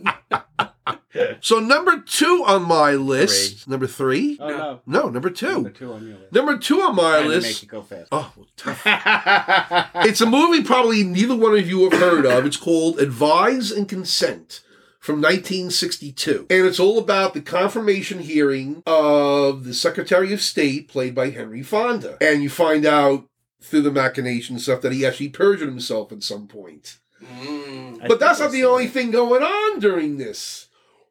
[SPEAKER 1] so number two on my list. Number three?
[SPEAKER 2] Oh, no.
[SPEAKER 1] No, number
[SPEAKER 2] Number
[SPEAKER 1] two.
[SPEAKER 2] two on your list.
[SPEAKER 1] Number two on my
[SPEAKER 2] Trying to make
[SPEAKER 1] list.
[SPEAKER 2] it go fast.
[SPEAKER 1] Oh, tough. it's a movie probably neither one of you have heard of. It's called Advise and Consent from 1962. And it's all about the confirmation hearing of the Secretary of State, played by Henry Fonda. And you find out through the machination stuff that he actually perjured himself at some point.
[SPEAKER 3] Mm.
[SPEAKER 1] But that's not the only thing going on during this.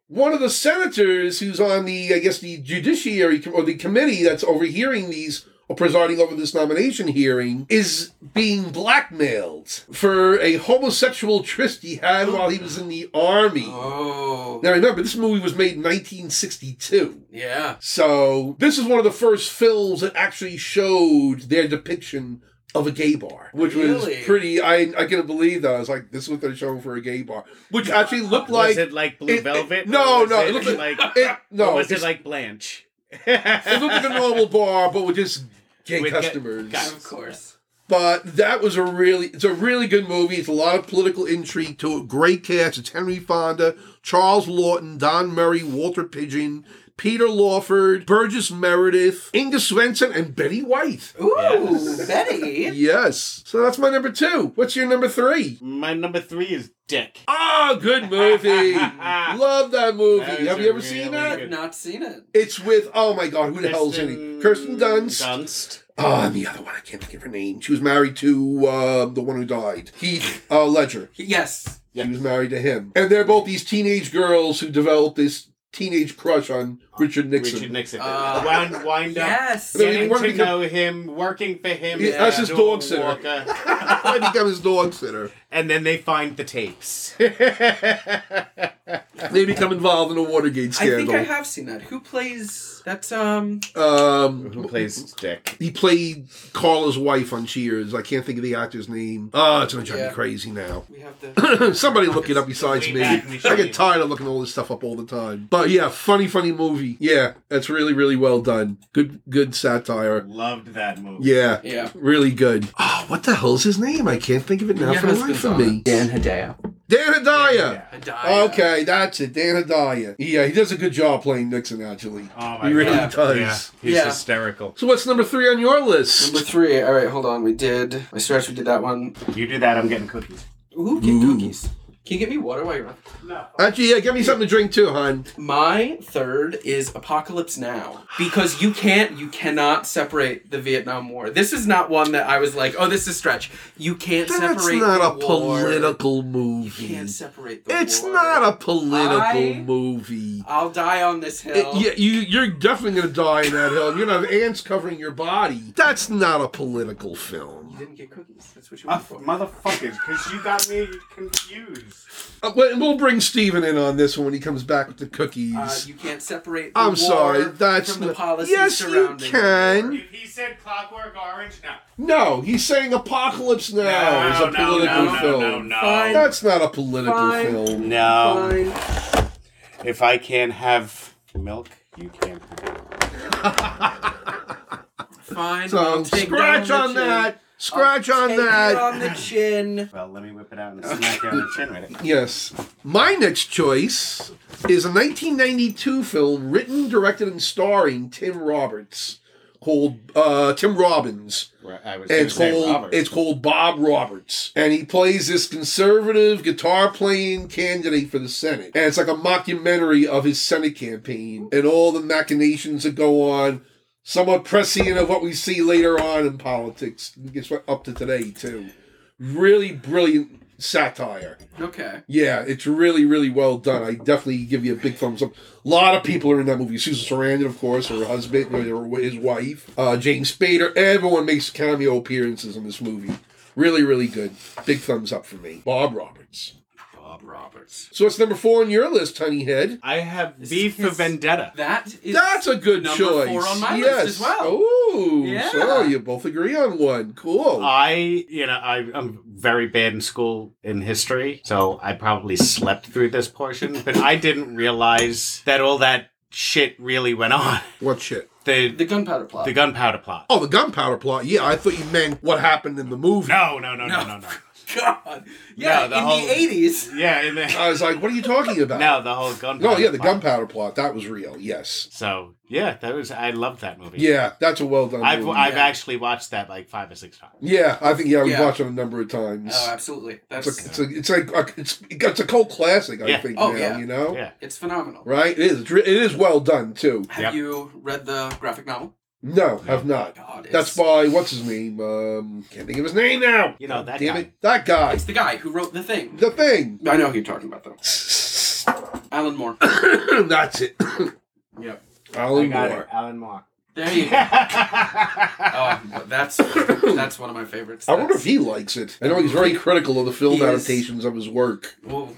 [SPEAKER 1] One of the senators who's on the, I guess, the judiciary com- or the committee that's overhearing these or presiding over this nomination hearing is being blackmailed for a homosexual tryst he had while he was in the army.
[SPEAKER 3] Oh,
[SPEAKER 1] Now remember, this movie was made in 1962.
[SPEAKER 3] yeah.
[SPEAKER 1] So this is one of the first films that actually showed their depiction of a gay bar, which
[SPEAKER 3] Really?
[SPEAKER 1] was pretty. I I couldn't believe that. I was like, this is what they're showing for a gay bar, which actually looked like.
[SPEAKER 2] was it like Blue
[SPEAKER 1] it- it-
[SPEAKER 2] Velvet?
[SPEAKER 1] no,
[SPEAKER 2] Or was
[SPEAKER 1] no,
[SPEAKER 2] It
[SPEAKER 1] it looked
[SPEAKER 2] like,
[SPEAKER 1] it, no,
[SPEAKER 2] or was it
[SPEAKER 1] it's-
[SPEAKER 2] like Blanche?
[SPEAKER 1] it looked like a normal bar, but with just gay
[SPEAKER 2] With ga-
[SPEAKER 1] customers.
[SPEAKER 2] got
[SPEAKER 3] Of course.
[SPEAKER 1] But that was a really, it's a really good movie. It's a lot of political intrigue to it. Great cast. It's Henry Fonda, Charles Lawton, Don Murray, Walter Pigeon, Peter Lawford, Burgess Meredith, Inga Svensson, and Betty White.
[SPEAKER 3] Ooh, Betty.
[SPEAKER 1] Yes. So that's my number two. What's your number three?
[SPEAKER 2] My number three is Dick.
[SPEAKER 1] Ah, good movie. Love that movie.
[SPEAKER 2] That is
[SPEAKER 1] Have
[SPEAKER 2] a
[SPEAKER 1] you ever
[SPEAKER 2] really
[SPEAKER 1] seen
[SPEAKER 2] good-
[SPEAKER 1] that?
[SPEAKER 3] I've not seen it.
[SPEAKER 1] It's with oh my god, who the hell's in it? Kirsten Dunst.
[SPEAKER 2] Dunst.
[SPEAKER 1] Oh, and the other one I can't think of her name. She was married to uh, the one who died, Heath uh, Ledger.
[SPEAKER 3] Yes.
[SPEAKER 1] She was married to him, and they're both these teenage girls who develop this teenage crush on Richard Nixon.
[SPEAKER 2] Richard Nixon.
[SPEAKER 3] Uh,
[SPEAKER 2] wind, wind up.
[SPEAKER 3] Yes.
[SPEAKER 1] I mean,
[SPEAKER 2] Getting
[SPEAKER 1] we're
[SPEAKER 2] to
[SPEAKER 1] become-
[SPEAKER 2] know him, working for him.
[SPEAKER 1] Yeah, that's his
[SPEAKER 2] Abdul
[SPEAKER 1] dog sitter.
[SPEAKER 2] Walker.
[SPEAKER 1] I become his dog sitter.
[SPEAKER 2] and then they find the tapes.
[SPEAKER 1] They become involved in a Watergate
[SPEAKER 3] I think
[SPEAKER 1] scandal.
[SPEAKER 3] I have seen that. Who plays? That's um.
[SPEAKER 1] um,
[SPEAKER 2] Who plays Dick?
[SPEAKER 1] He played Carla's wife on Cheers. I can't think of the actor's name. Oh, it's gonna drive
[SPEAKER 3] Yeah.
[SPEAKER 1] me crazy now.
[SPEAKER 3] We have the.
[SPEAKER 1] Somebody look it up besides
[SPEAKER 2] Way
[SPEAKER 1] me. I
[SPEAKER 2] back
[SPEAKER 1] get tired of looking all this stuff up all the time. But yeah, funny, funny movie. Yeah, that's really, really well done. Good, good satire.
[SPEAKER 2] Loved that movie.
[SPEAKER 1] Yeah,
[SPEAKER 3] Yeah.
[SPEAKER 1] really good. Oh, what the hell's his name? I can't think of it now
[SPEAKER 3] Your
[SPEAKER 1] for the life
[SPEAKER 3] husband's
[SPEAKER 1] of
[SPEAKER 3] on
[SPEAKER 1] me.
[SPEAKER 3] it. Dan Hedaya.
[SPEAKER 1] Dan Hedaya.
[SPEAKER 3] Hedaya.
[SPEAKER 1] Okay, that's it. Dan Hedaya. Yeah, he does a good job playing Nixon. Actually,
[SPEAKER 2] Oh my
[SPEAKER 1] he really
[SPEAKER 2] God.
[SPEAKER 1] does.
[SPEAKER 2] Yeah. He's
[SPEAKER 3] Yeah.
[SPEAKER 2] hysterical.
[SPEAKER 1] So what's number three on your list?
[SPEAKER 3] Number three. All right, hold on. We did. I stretch. We did that one.
[SPEAKER 2] You do that, I'm getting cookies.
[SPEAKER 3] Ooh, get cookies. Can you get me water while you're on?
[SPEAKER 1] Actually, yeah, give me something to drink too, hon.
[SPEAKER 3] My third is Apocalypse Now because you can't, you cannot separate the Vietnam War. This is not one that I was like, oh, this is stretch. You can't
[SPEAKER 1] That's
[SPEAKER 3] separate.
[SPEAKER 1] not a
[SPEAKER 3] the war.
[SPEAKER 1] political
[SPEAKER 3] You
[SPEAKER 1] movie.
[SPEAKER 3] can't separate the
[SPEAKER 1] It's
[SPEAKER 3] war.
[SPEAKER 1] not a political
[SPEAKER 3] I-
[SPEAKER 1] movie.
[SPEAKER 3] I'll die on this hill.
[SPEAKER 1] It- yeah, you you're definitely gonna die in that hill. and You're gonna have ants covering your body. That's not a political
[SPEAKER 3] You
[SPEAKER 1] film.
[SPEAKER 3] didn't get cookies. That's what you
[SPEAKER 2] Uh,
[SPEAKER 3] went for.
[SPEAKER 2] motherfuckers, because you got me confused.
[SPEAKER 1] Uh, we- we'll bring Steven in on this one when he comes back with the cookies.
[SPEAKER 3] Uh, you can't separate. The
[SPEAKER 1] I'm
[SPEAKER 3] war
[SPEAKER 1] sorry. That's
[SPEAKER 3] from the
[SPEAKER 1] not-
[SPEAKER 3] policy
[SPEAKER 1] yes, you
[SPEAKER 3] surrounding. the war.
[SPEAKER 1] can.
[SPEAKER 2] If he said Clockwork Orange, no.
[SPEAKER 1] No, he's saying Apocalypse Now is a
[SPEAKER 2] no,
[SPEAKER 1] political
[SPEAKER 2] no,
[SPEAKER 1] film.
[SPEAKER 2] No, no, no.
[SPEAKER 3] Fine.
[SPEAKER 1] That's not a political
[SPEAKER 3] Fine.
[SPEAKER 1] film.
[SPEAKER 2] No.
[SPEAKER 3] Fine.
[SPEAKER 2] If I can't have milk, you can't.
[SPEAKER 3] Fine.
[SPEAKER 1] So
[SPEAKER 3] I'll take
[SPEAKER 1] scratch
[SPEAKER 3] it on,
[SPEAKER 1] on
[SPEAKER 3] the chin.
[SPEAKER 1] that. Scratch on
[SPEAKER 3] Take it
[SPEAKER 1] that.
[SPEAKER 3] on the chin.
[SPEAKER 2] Well, let me whip it out and smack you on the chin with it.
[SPEAKER 1] Yes. My next choice is a 1992 film written, directed, and starring Tim Roberts called uh, Tim Robbins.
[SPEAKER 2] Right, I
[SPEAKER 1] And
[SPEAKER 2] was going
[SPEAKER 1] it's
[SPEAKER 2] to say
[SPEAKER 1] called
[SPEAKER 2] Robert.
[SPEAKER 1] it's called Bob Roberts, and he plays this conservative guitar playing candidate for the Senate, and it's like a mockumentary of his Senate campaign and all the machinations that go on. Somewhat prescient of what we see later on in politics, guess what? Up to today too. Really brilliant satire.
[SPEAKER 3] Okay.
[SPEAKER 1] Yeah, it's really, really well done. I definitely give you a big thumbs up. A lot of people are in that movie. Susan Sarandon, of course, her husband, or their- his wife, uh, James Spader. Everyone makes cameo appearances in this movie. Really, really good. Big thumbs up for me. Bob Roberts.
[SPEAKER 3] Bob Roberts.
[SPEAKER 1] So what's number four on your list, Honey Head?
[SPEAKER 2] I have
[SPEAKER 3] This
[SPEAKER 2] beef for
[SPEAKER 3] is-
[SPEAKER 2] vendetta.
[SPEAKER 3] That is.
[SPEAKER 1] That's a good
[SPEAKER 3] number
[SPEAKER 1] choice.
[SPEAKER 3] four on my
[SPEAKER 1] yes.
[SPEAKER 3] list as well.
[SPEAKER 1] Oh,
[SPEAKER 3] Yeah. Uh,
[SPEAKER 1] so you both agree on one. Cool.
[SPEAKER 2] I, you know, I, I'm very bad in school in history, so I probably slept through this portion, but I didn't realize that all that shit really went on.
[SPEAKER 1] what shit?
[SPEAKER 2] The
[SPEAKER 3] the gunpowder plot.
[SPEAKER 2] the gunpowder plot.
[SPEAKER 1] Oh, the gunpowder plot. Yeah, I thought you meant what happened in the movie.
[SPEAKER 2] Oh, No, no, no, no, no, no.
[SPEAKER 3] God. Yeah,
[SPEAKER 2] the
[SPEAKER 3] in
[SPEAKER 2] whole-
[SPEAKER 3] the eighties.
[SPEAKER 2] Yeah, and then
[SPEAKER 1] I was like, what are you talking about?
[SPEAKER 2] no, the whole gunpowder.
[SPEAKER 1] No, yeah, the
[SPEAKER 2] plot.
[SPEAKER 1] gunpowder plot. That was real. Yes.
[SPEAKER 2] So yeah, that was I love that movie.
[SPEAKER 1] Yeah, that's a well done
[SPEAKER 2] I've
[SPEAKER 1] movie.
[SPEAKER 2] I've
[SPEAKER 3] Yeah.
[SPEAKER 2] actually watched that like five or six times.
[SPEAKER 1] yeah, I think yeah, we've
[SPEAKER 3] Yeah.
[SPEAKER 1] watched it a number of times.
[SPEAKER 3] Oh, absolutely. That's
[SPEAKER 1] it's, a, it's,
[SPEAKER 3] it's,
[SPEAKER 1] a, it's like a, it's it's a cult classic. I
[SPEAKER 2] Yeah.
[SPEAKER 1] think
[SPEAKER 3] Oh,
[SPEAKER 1] now
[SPEAKER 3] yeah.
[SPEAKER 1] you know.
[SPEAKER 2] Yeah.
[SPEAKER 3] phenomenal.
[SPEAKER 1] Right? It is. It is well done too.
[SPEAKER 3] Have
[SPEAKER 2] Yep.
[SPEAKER 3] you read the graphic novel?
[SPEAKER 1] No, have not.
[SPEAKER 3] God, it's,
[SPEAKER 1] That's by what's his name? Um, can't think of his name now.
[SPEAKER 2] You know that
[SPEAKER 1] Damn
[SPEAKER 2] guy.
[SPEAKER 1] it, that guy.
[SPEAKER 3] It's the guy who wrote the thing.
[SPEAKER 1] The thing.
[SPEAKER 3] I know who you're talking about though. Alan Moore.
[SPEAKER 1] that's it.
[SPEAKER 3] Yep.
[SPEAKER 1] Alan
[SPEAKER 2] I got
[SPEAKER 1] Moore.
[SPEAKER 2] it. Alan Moore.
[SPEAKER 3] There you go. Oh, that's that's one of my favorites.
[SPEAKER 1] I wonder if
[SPEAKER 3] That's-
[SPEAKER 1] he likes it. I know he's very critical of the film
[SPEAKER 3] He is.
[SPEAKER 1] adaptations of his work.
[SPEAKER 3] Well,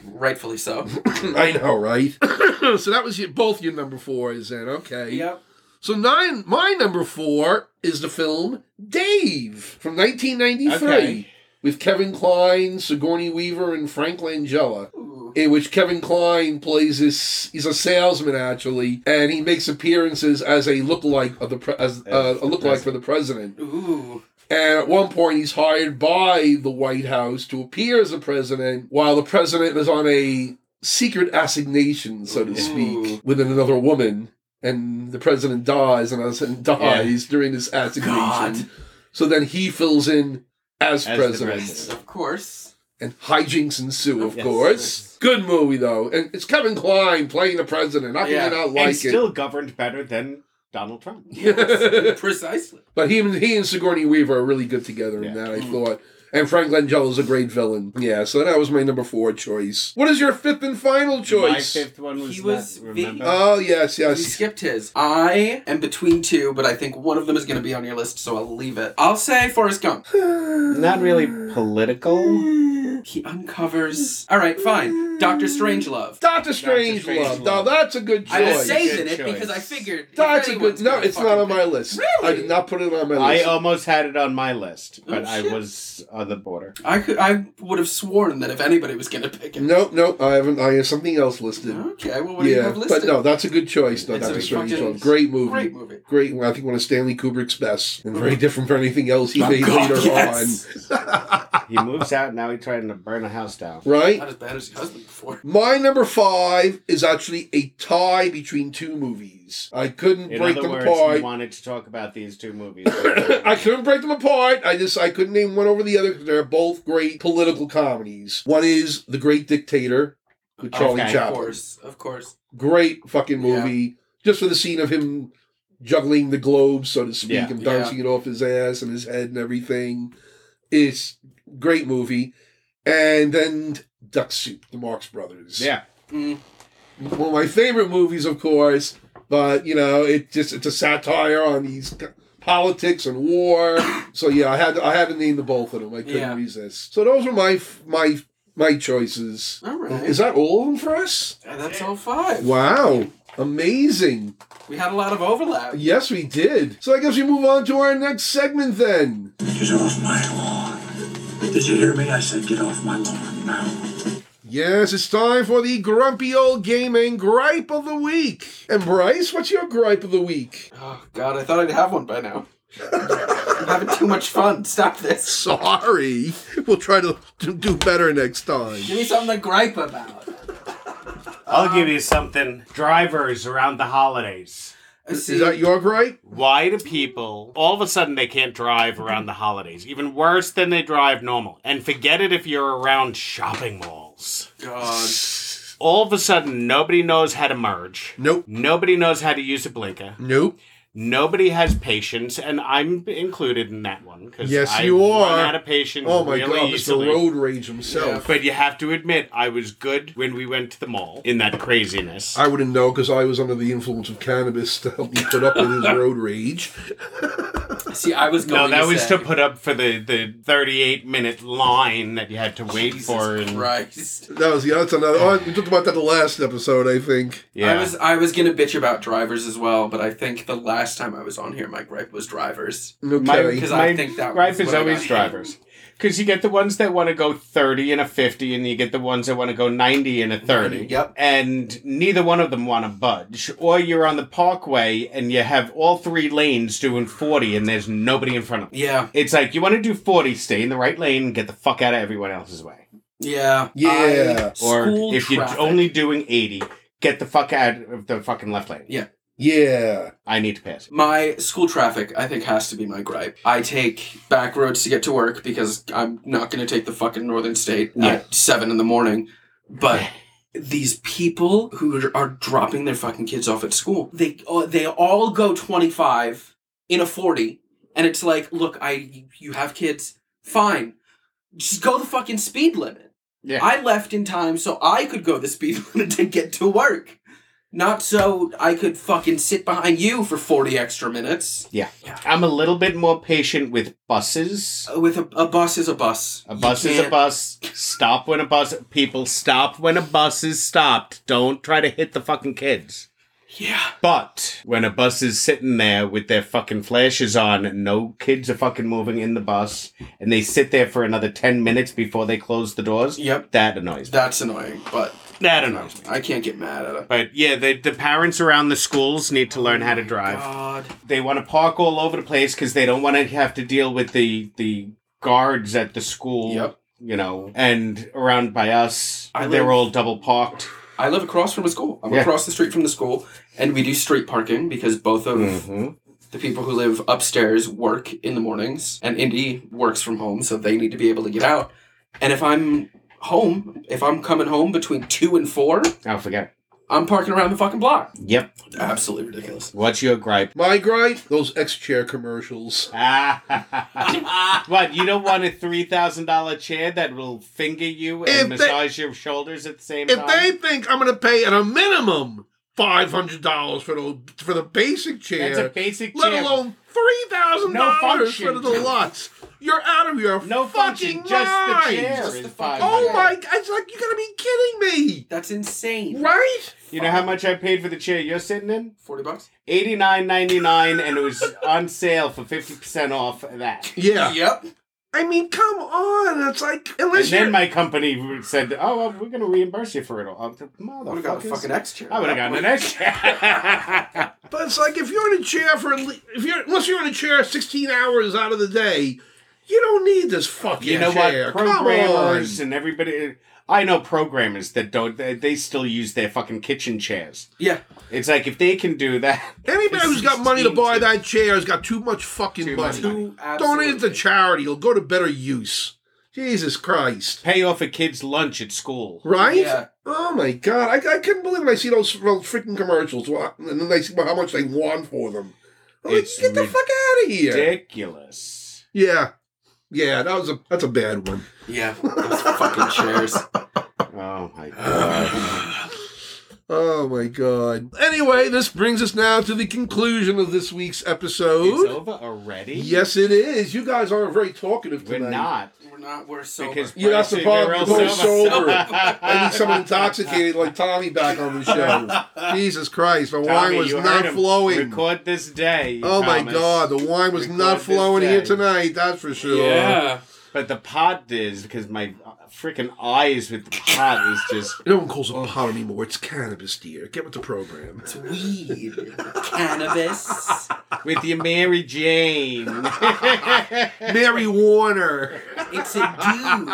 [SPEAKER 3] rightfully so.
[SPEAKER 1] I know, right? so that was your, both your number fours, then. Okay.
[SPEAKER 3] yep.
[SPEAKER 1] So nine, my number four is the film Dave from 1993
[SPEAKER 2] Okay.
[SPEAKER 1] with Kevin Kline, Sigourney Weaver, and Frank Langella. In which Kevin Kline plays this, he's a salesman actually, and he makes appearances as a lookalike of the pre, as uh, a lookalike for the president.
[SPEAKER 3] Ooh.
[SPEAKER 1] And at one point, he's hired by the White House to appear as the president while the president is on a secret assignation, so to
[SPEAKER 3] Ooh.
[SPEAKER 1] speak, with another woman. And the president dies and all of a sudden dies during this assignation.
[SPEAKER 3] God.
[SPEAKER 1] So then he fills in as,
[SPEAKER 2] As the
[SPEAKER 1] president.
[SPEAKER 2] president.
[SPEAKER 3] Of course.
[SPEAKER 1] And hijinks ensue, of
[SPEAKER 2] Yes.
[SPEAKER 1] course. Good movie, though. And it's Kevin Klein playing the president. How can
[SPEAKER 3] Yeah.
[SPEAKER 1] you not
[SPEAKER 2] and
[SPEAKER 1] like it?
[SPEAKER 2] still governed better than Donald Trump.
[SPEAKER 3] Yes, precisely.
[SPEAKER 1] But he and he and Sigourney Weaver are really good together in
[SPEAKER 2] Yeah.
[SPEAKER 1] that. I thought. And Frank Langella's a great villain. Yeah, so that was my number four choice. What is your fifth and final
[SPEAKER 2] My
[SPEAKER 1] choice?
[SPEAKER 2] fifth one was,
[SPEAKER 3] He was
[SPEAKER 2] that, remember?
[SPEAKER 3] the-
[SPEAKER 1] Oh yes,
[SPEAKER 3] You
[SPEAKER 1] yes.
[SPEAKER 3] skipped his. I am between two, but I think one of them is going to be on your list, so I'll leave it. I'll say Forrest Gump.
[SPEAKER 2] Not really political.
[SPEAKER 3] Hmm. He uncovers. All right, fine. Doctor Strangelove.
[SPEAKER 1] Doctor Strange Love.
[SPEAKER 2] Strangelove.
[SPEAKER 1] Now that's a good
[SPEAKER 3] I was
[SPEAKER 1] choice.
[SPEAKER 2] say-
[SPEAKER 3] saving it
[SPEAKER 2] Good
[SPEAKER 3] because I
[SPEAKER 2] choice.
[SPEAKER 3] figured. if
[SPEAKER 1] that's a good.
[SPEAKER 3] anyone's
[SPEAKER 1] No,
[SPEAKER 3] gonna
[SPEAKER 1] it's not on my
[SPEAKER 3] fucking-
[SPEAKER 1] list. I
[SPEAKER 3] Really? uh,
[SPEAKER 1] did not put it on my
[SPEAKER 2] I
[SPEAKER 1] list.
[SPEAKER 2] almost had it on my list, but
[SPEAKER 3] Oh,
[SPEAKER 2] I
[SPEAKER 3] shit.
[SPEAKER 2] was on the border.
[SPEAKER 3] I could. I would have sworn that if anybody was going to pick it.
[SPEAKER 1] nope, nope. I haven't. I have something else listed.
[SPEAKER 3] Okay. Well, what do you
[SPEAKER 1] Yeah,
[SPEAKER 3] have listed?
[SPEAKER 1] but no, that's a good choice. No,
[SPEAKER 3] It's
[SPEAKER 1] Doctor
[SPEAKER 3] a
[SPEAKER 1] Strange
[SPEAKER 3] fucking
[SPEAKER 1] Love. Great movie.
[SPEAKER 3] Great movie.
[SPEAKER 1] Great. I think one of Stanley Kubrick's best, and very different from anything else he
[SPEAKER 3] Oh,
[SPEAKER 1] made
[SPEAKER 3] God,
[SPEAKER 1] later
[SPEAKER 3] yes.
[SPEAKER 1] on.
[SPEAKER 2] He moves out now. He's trying to burn a house down.
[SPEAKER 1] Right.
[SPEAKER 3] Not as bad as your husband before.
[SPEAKER 1] My number five is actually a tie between two movies. I couldn't
[SPEAKER 2] In
[SPEAKER 1] break
[SPEAKER 2] other
[SPEAKER 1] them
[SPEAKER 2] words, he
[SPEAKER 1] apart.
[SPEAKER 2] wanted to talk about these two movies.
[SPEAKER 1] I couldn't break them apart. I just I couldn't name one over the other because they're both great political comedies. One is The Great Dictator with Charlie
[SPEAKER 2] Okay.
[SPEAKER 3] Of
[SPEAKER 1] Chaplin.
[SPEAKER 3] course, of course.
[SPEAKER 1] Great fucking
[SPEAKER 3] Yeah.
[SPEAKER 1] movie. Just for the scene of him juggling the globe, so to speak,
[SPEAKER 2] Yeah.
[SPEAKER 1] and bouncing it off his ass and his head and everything. It's great movie. And then Duck Soup, the Marx Brothers.
[SPEAKER 2] yeah,
[SPEAKER 1] one of my favorite movies, of course. But you know, it just it's a satire on these c- politics and war. so yeah, I had to, I had to name the both of them. I couldn't
[SPEAKER 3] Yeah.
[SPEAKER 1] resist. So those were my f- my my choices.
[SPEAKER 3] All right.
[SPEAKER 1] Is that all of them for us?
[SPEAKER 3] And that's all five.
[SPEAKER 1] Wow. Amazing.
[SPEAKER 3] We had a lot of overlap.
[SPEAKER 1] Yes, we did. So I guess we move on to our next segment then.
[SPEAKER 9] Get off my lawn. Did you hear me? I said get off my lawn now.
[SPEAKER 1] Yes, it's time for the grumpy old gaming gripe of the week. And Bryce, what's your gripe of the week?
[SPEAKER 3] Oh God, I thought I'd have one by now. I'm having too much fun. Stop this.
[SPEAKER 1] Sorry. We'll try to to do better next time.
[SPEAKER 3] Give me something to gripe about.
[SPEAKER 2] I'll give you something. Drivers around the holidays.
[SPEAKER 3] I see.
[SPEAKER 1] Is that your gripe?
[SPEAKER 2] Why do people all of a sudden they can't drive around the holidays? Even worse than they drive normal. And forget it if you're around shopping malls.
[SPEAKER 3] God.
[SPEAKER 2] All of a sudden, nobody knows how to merge.
[SPEAKER 1] Nope.
[SPEAKER 2] Nobody knows how to use a blinker.
[SPEAKER 1] Nope.
[SPEAKER 2] Nobody has patience, and I'm included in that one because
[SPEAKER 1] Yes,
[SPEAKER 2] I
[SPEAKER 1] you
[SPEAKER 2] run
[SPEAKER 1] are.
[SPEAKER 2] out of patience.
[SPEAKER 1] Oh my
[SPEAKER 2] really
[SPEAKER 1] god, Mr.
[SPEAKER 2] easily.
[SPEAKER 1] Road Rage himself.
[SPEAKER 2] But you have to admit, I was good when we went to the mall in that craziness.
[SPEAKER 1] I wouldn't know because I was under the influence of cannabis to help me put up with his road rage.
[SPEAKER 3] See, I was
[SPEAKER 2] No,
[SPEAKER 3] going.
[SPEAKER 2] that
[SPEAKER 3] to
[SPEAKER 2] was
[SPEAKER 3] say,
[SPEAKER 2] to put up for the, the 38 minute line that you had to wait
[SPEAKER 3] Jesus
[SPEAKER 2] for. And,
[SPEAKER 3] Christ.
[SPEAKER 1] That was the that's another. Oh, we talked about that the last episode, I think.
[SPEAKER 2] Yeah.
[SPEAKER 3] I was I was gonna bitch about drivers as well, but I think the last time I was on here, my gripe was drivers.
[SPEAKER 1] Okay.
[SPEAKER 3] because I think that
[SPEAKER 2] gripe
[SPEAKER 3] was
[SPEAKER 2] is
[SPEAKER 3] what I
[SPEAKER 2] always
[SPEAKER 3] got.
[SPEAKER 2] drivers. Because you get the ones that want to go 30 and a 50, and you get the ones that want to go 90 and a 30.
[SPEAKER 3] Yep.
[SPEAKER 2] And neither one of them want to budge. Or you're on the parkway and you have all three lanes doing 40, and there's nobody in front of them.
[SPEAKER 3] Yeah,
[SPEAKER 2] It's like you want to do 40, stay in the right lane, and get the fuck out of everyone else's way.
[SPEAKER 3] yeah,
[SPEAKER 1] Yeah.
[SPEAKER 3] I-
[SPEAKER 2] Or
[SPEAKER 3] school
[SPEAKER 2] if you're
[SPEAKER 3] traffic.
[SPEAKER 2] only doing 80, get the fuck out of the fucking left lane.
[SPEAKER 3] Yeah.
[SPEAKER 1] Yeah.
[SPEAKER 2] I need to pass.
[SPEAKER 3] My school traffic, I think, has to be my gripe. I take back roads to get to work because I'm not going to take the fucking Northern State
[SPEAKER 2] Yeah.
[SPEAKER 3] at seven in the morning. But these people who are dropping their fucking kids off at school, they oh, they all go 25 in a 40, and it's like, look, I you have kids, fine, just go the fucking speed limit.
[SPEAKER 2] Yeah.
[SPEAKER 3] I left in time so I could go the speed limit to get to work. Not so I could fucking sit behind you for 40 extra minutes.
[SPEAKER 2] Yeah. I'm a little bit more patient with buses.
[SPEAKER 3] With a, a bus is a bus.
[SPEAKER 2] A
[SPEAKER 3] You
[SPEAKER 2] bus is a
[SPEAKER 3] can't-
[SPEAKER 2] bus. Stop when a bus. People stop when a bus is stopped. Don't try to hit the fucking kids.
[SPEAKER 3] Yeah.
[SPEAKER 2] But when a bus is sitting there with their fucking flashes on, no kids are fucking moving in the bus, and they sit there for another 10 minutes before they close the doors.
[SPEAKER 3] Yep.
[SPEAKER 2] That annoys me.
[SPEAKER 3] That's annoying, but
[SPEAKER 2] That
[SPEAKER 3] no,
[SPEAKER 2] annoys me.
[SPEAKER 3] I can't get mad at it.
[SPEAKER 2] But yeah, the, the parents around the schools need to learn how to drive.
[SPEAKER 3] God.
[SPEAKER 2] they want to park all over the place because they don't want to have to deal with the the guards at the school.
[SPEAKER 3] Yep.
[SPEAKER 2] You know, and around by us,
[SPEAKER 3] I
[SPEAKER 2] they're
[SPEAKER 3] live-
[SPEAKER 2] all double parked.
[SPEAKER 3] I live across from a school. I'm
[SPEAKER 2] Yeah.
[SPEAKER 3] across the street from the school, and we do street parking because both of
[SPEAKER 2] Hmm.
[SPEAKER 1] Mm-hmm.
[SPEAKER 3] the people who live upstairs work in the mornings, and Indy works from home, so they need to be able to get out. And if I'm home, if I'm coming home between two and four,
[SPEAKER 2] I forget.
[SPEAKER 3] I'm parking around the fucking block.
[SPEAKER 2] Yep.
[SPEAKER 3] Absolutely ridiculous.
[SPEAKER 2] What's your gripe?
[SPEAKER 1] My gripe? Those X chair commercials.
[SPEAKER 2] Ah, what? You don't want a three thousand dollar chair that will finger you and
[SPEAKER 1] If they-
[SPEAKER 2] massage your shoulders at the same
[SPEAKER 1] If
[SPEAKER 2] time?
[SPEAKER 1] they think I'm going to pay at a minimum five hundred dollars for the for the basic chair,
[SPEAKER 2] That's a basic
[SPEAKER 1] let
[SPEAKER 2] chair.
[SPEAKER 1] alone three thousand
[SPEAKER 2] No
[SPEAKER 1] dollars
[SPEAKER 2] function.
[SPEAKER 1] for the deluxe, you're out of your
[SPEAKER 2] no
[SPEAKER 1] fucking
[SPEAKER 2] function, just the
[SPEAKER 1] mind.
[SPEAKER 2] chair
[SPEAKER 3] Just
[SPEAKER 2] is
[SPEAKER 3] the
[SPEAKER 2] five.
[SPEAKER 3] fucking-
[SPEAKER 1] Oh my! It's like you got to be kidding me,
[SPEAKER 3] That's insane.
[SPEAKER 1] right?
[SPEAKER 2] You know how much I paid for the chair you're sitting in?
[SPEAKER 3] Forty bucks.
[SPEAKER 2] Eighty nine ninety nine, and it was on sale for fifty percent off. of That.
[SPEAKER 1] Yeah.
[SPEAKER 3] Yep.
[SPEAKER 1] I mean, come on. It's like
[SPEAKER 2] And
[SPEAKER 1] unless you're
[SPEAKER 2] then my company said, "Oh, well, we're going to reimburse you for it all."
[SPEAKER 3] I would have got a fucking
[SPEAKER 2] Motherfuckers!
[SPEAKER 3] X chair.
[SPEAKER 2] I would have gotten an extra.
[SPEAKER 1] But it's like if you're in a chair for at le- if you're unless you're in a chair sixteen hours out of the day, you don't need this fucking
[SPEAKER 2] you know
[SPEAKER 1] chair.
[SPEAKER 2] what? Programmers
[SPEAKER 1] Come on.
[SPEAKER 2] and everybody. I know programmers that don't. They, they still use their fucking kitchen chairs.
[SPEAKER 3] Yeah.
[SPEAKER 2] It's like if they can do that,
[SPEAKER 1] Anybody who's got money to buy that chair has got too much fucking
[SPEAKER 2] Too much
[SPEAKER 1] money.
[SPEAKER 2] money.
[SPEAKER 1] Donate it to
[SPEAKER 3] Absolutely.
[SPEAKER 1] charity. It'll go to better use. Jesus Christ.
[SPEAKER 2] pay off a kid's lunch at school.
[SPEAKER 1] Right?
[SPEAKER 3] Yeah.
[SPEAKER 1] Oh my God. I, I couldn't believe when I see those freaking commercials wha- and then I see how much they want for them. I'm like,
[SPEAKER 2] It's
[SPEAKER 1] get the fuck out of here.
[SPEAKER 2] Ridiculous.
[SPEAKER 1] Yeah. Yeah, that was a that's a bad one.
[SPEAKER 3] Yeah. Those fucking chairs.
[SPEAKER 2] Oh my god.
[SPEAKER 1] Oh my god. Anyway, this brings us now to the conclusion of this week's
[SPEAKER 2] it's
[SPEAKER 1] episode.
[SPEAKER 2] over already.
[SPEAKER 1] Yes, it is. You guys aren't very talkative
[SPEAKER 2] we're
[SPEAKER 1] tonight.
[SPEAKER 2] not
[SPEAKER 3] We're not. We're sober.
[SPEAKER 2] because
[SPEAKER 1] Yeah, that's the
[SPEAKER 2] we're
[SPEAKER 1] problem.
[SPEAKER 2] all
[SPEAKER 1] We're sober. I need someone intoxicated like Tommy back on the show. Jesus Christ, the
[SPEAKER 2] Tommy,
[SPEAKER 1] wine was
[SPEAKER 2] you
[SPEAKER 1] not
[SPEAKER 2] heard him.
[SPEAKER 1] flowing.
[SPEAKER 2] Record this day.
[SPEAKER 1] oh my
[SPEAKER 2] Thomas.
[SPEAKER 1] god, the wine was
[SPEAKER 2] Record
[SPEAKER 1] not
[SPEAKER 2] this
[SPEAKER 1] flowing
[SPEAKER 2] day.
[SPEAKER 1] here tonight, that's for sure.
[SPEAKER 3] Yeah.
[SPEAKER 2] But the pot is because my freaking eyes with the pot is just.
[SPEAKER 1] No one calls it pot anymore. It's cannabis, dear. Get with the program.
[SPEAKER 3] Weed. Cannabis.
[SPEAKER 2] With your Mary Jane.
[SPEAKER 1] Mary Warner.
[SPEAKER 3] It's a dude.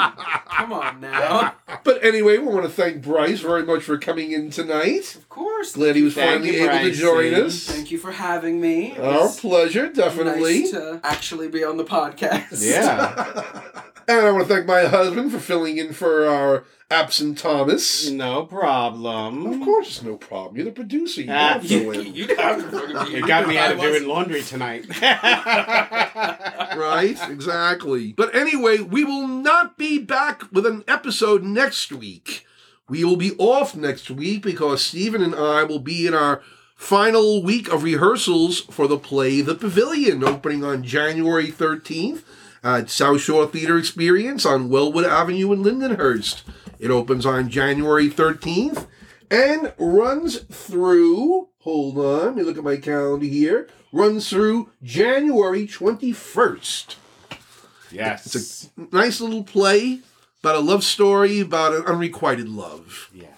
[SPEAKER 3] Come on now.
[SPEAKER 1] But anyway, we want to thank Bryce very much for coming in tonight.
[SPEAKER 3] Of course.
[SPEAKER 1] Glad he was
[SPEAKER 2] Thank
[SPEAKER 1] finally
[SPEAKER 2] you,
[SPEAKER 1] able to
[SPEAKER 2] Bryce.
[SPEAKER 1] join us.
[SPEAKER 3] Thank you for having me. It
[SPEAKER 1] Our
[SPEAKER 3] was
[SPEAKER 1] pleasure, definitely.
[SPEAKER 3] nice to actually be on the podcast.
[SPEAKER 2] yeah.
[SPEAKER 1] and I want to thank my husband for filling in for our absent Thomas.
[SPEAKER 2] No problem.
[SPEAKER 1] Of course, it's no problem. You're the producer. You
[SPEAKER 2] Ah,
[SPEAKER 1] have to
[SPEAKER 3] You,
[SPEAKER 1] win,
[SPEAKER 3] you have to fucking be.
[SPEAKER 2] It got me out of
[SPEAKER 3] I was-
[SPEAKER 2] doing laundry tonight.
[SPEAKER 1] right? Exactly. But anyway, we will not be back with an episode next week. We will be off next week because Stephen and I will be in our final week of rehearsals for the play The Pavilion, opening on January 13th at South Shore Theater Experience on Wellwood Avenue in Lindenhurst. It opens on January 13th and runs through, hold on, let me look at my calendar here, runs through January 21st
[SPEAKER 2] yes.
[SPEAKER 1] nice little play about a love story about an unrequited love.
[SPEAKER 2] Yeah.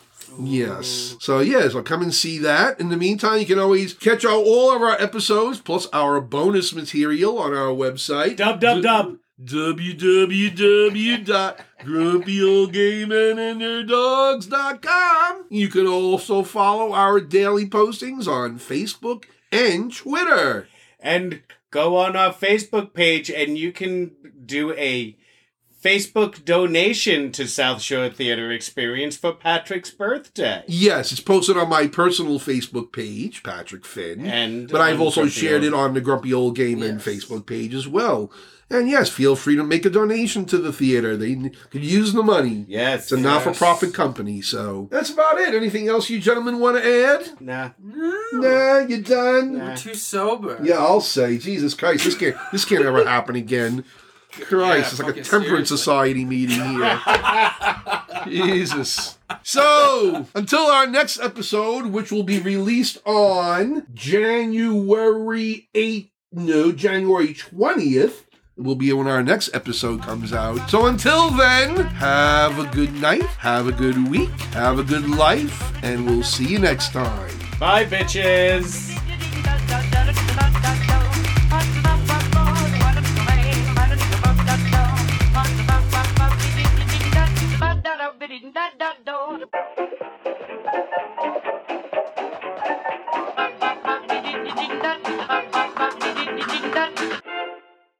[SPEAKER 1] Yes. So yeah, so come and see that. In the meantime, you can always catch all, all of our episodes plus our bonus material on our website.
[SPEAKER 2] Dub, dub, dub.
[SPEAKER 1] www.grumpyoldgaymenandtheirdogs.com. You can also follow our daily postings on Facebook and Twitter.
[SPEAKER 2] And go on our Facebook page and you can do a Facebook donation to South Shore Theater Experience for Patrick's birthday.
[SPEAKER 1] Yes, it's posted on my personal Facebook page, Patrick Finn.
[SPEAKER 2] And
[SPEAKER 1] but I've
[SPEAKER 2] on
[SPEAKER 1] also
[SPEAKER 2] Grumpy
[SPEAKER 1] shared
[SPEAKER 2] Old-
[SPEAKER 1] it on the Grumpy Old Game and
[SPEAKER 3] Yes.
[SPEAKER 1] Facebook page as well. And yes, feel free to make a donation to the theater. They n- could use the money.
[SPEAKER 2] Yes.
[SPEAKER 1] It's a not for profit company, so that's about it. Anything else you gentlemen want to add?
[SPEAKER 2] Nah.
[SPEAKER 1] Nah, you done?
[SPEAKER 2] Nah.
[SPEAKER 3] Too sober.
[SPEAKER 1] Yeah, I'll say. Jesus Christ, this can't this can't ever happen again. Christ, it's like a
[SPEAKER 3] fucking
[SPEAKER 1] temperance
[SPEAKER 3] seriously.
[SPEAKER 1] society meeting here. Jesus. So, until our next episode, which will be released on January 8th, no, January 20th, will be when our next episode comes out. So, until then, have a good night, have a good week, have a good life, and we'll see you next time.
[SPEAKER 2] Bye, bitches.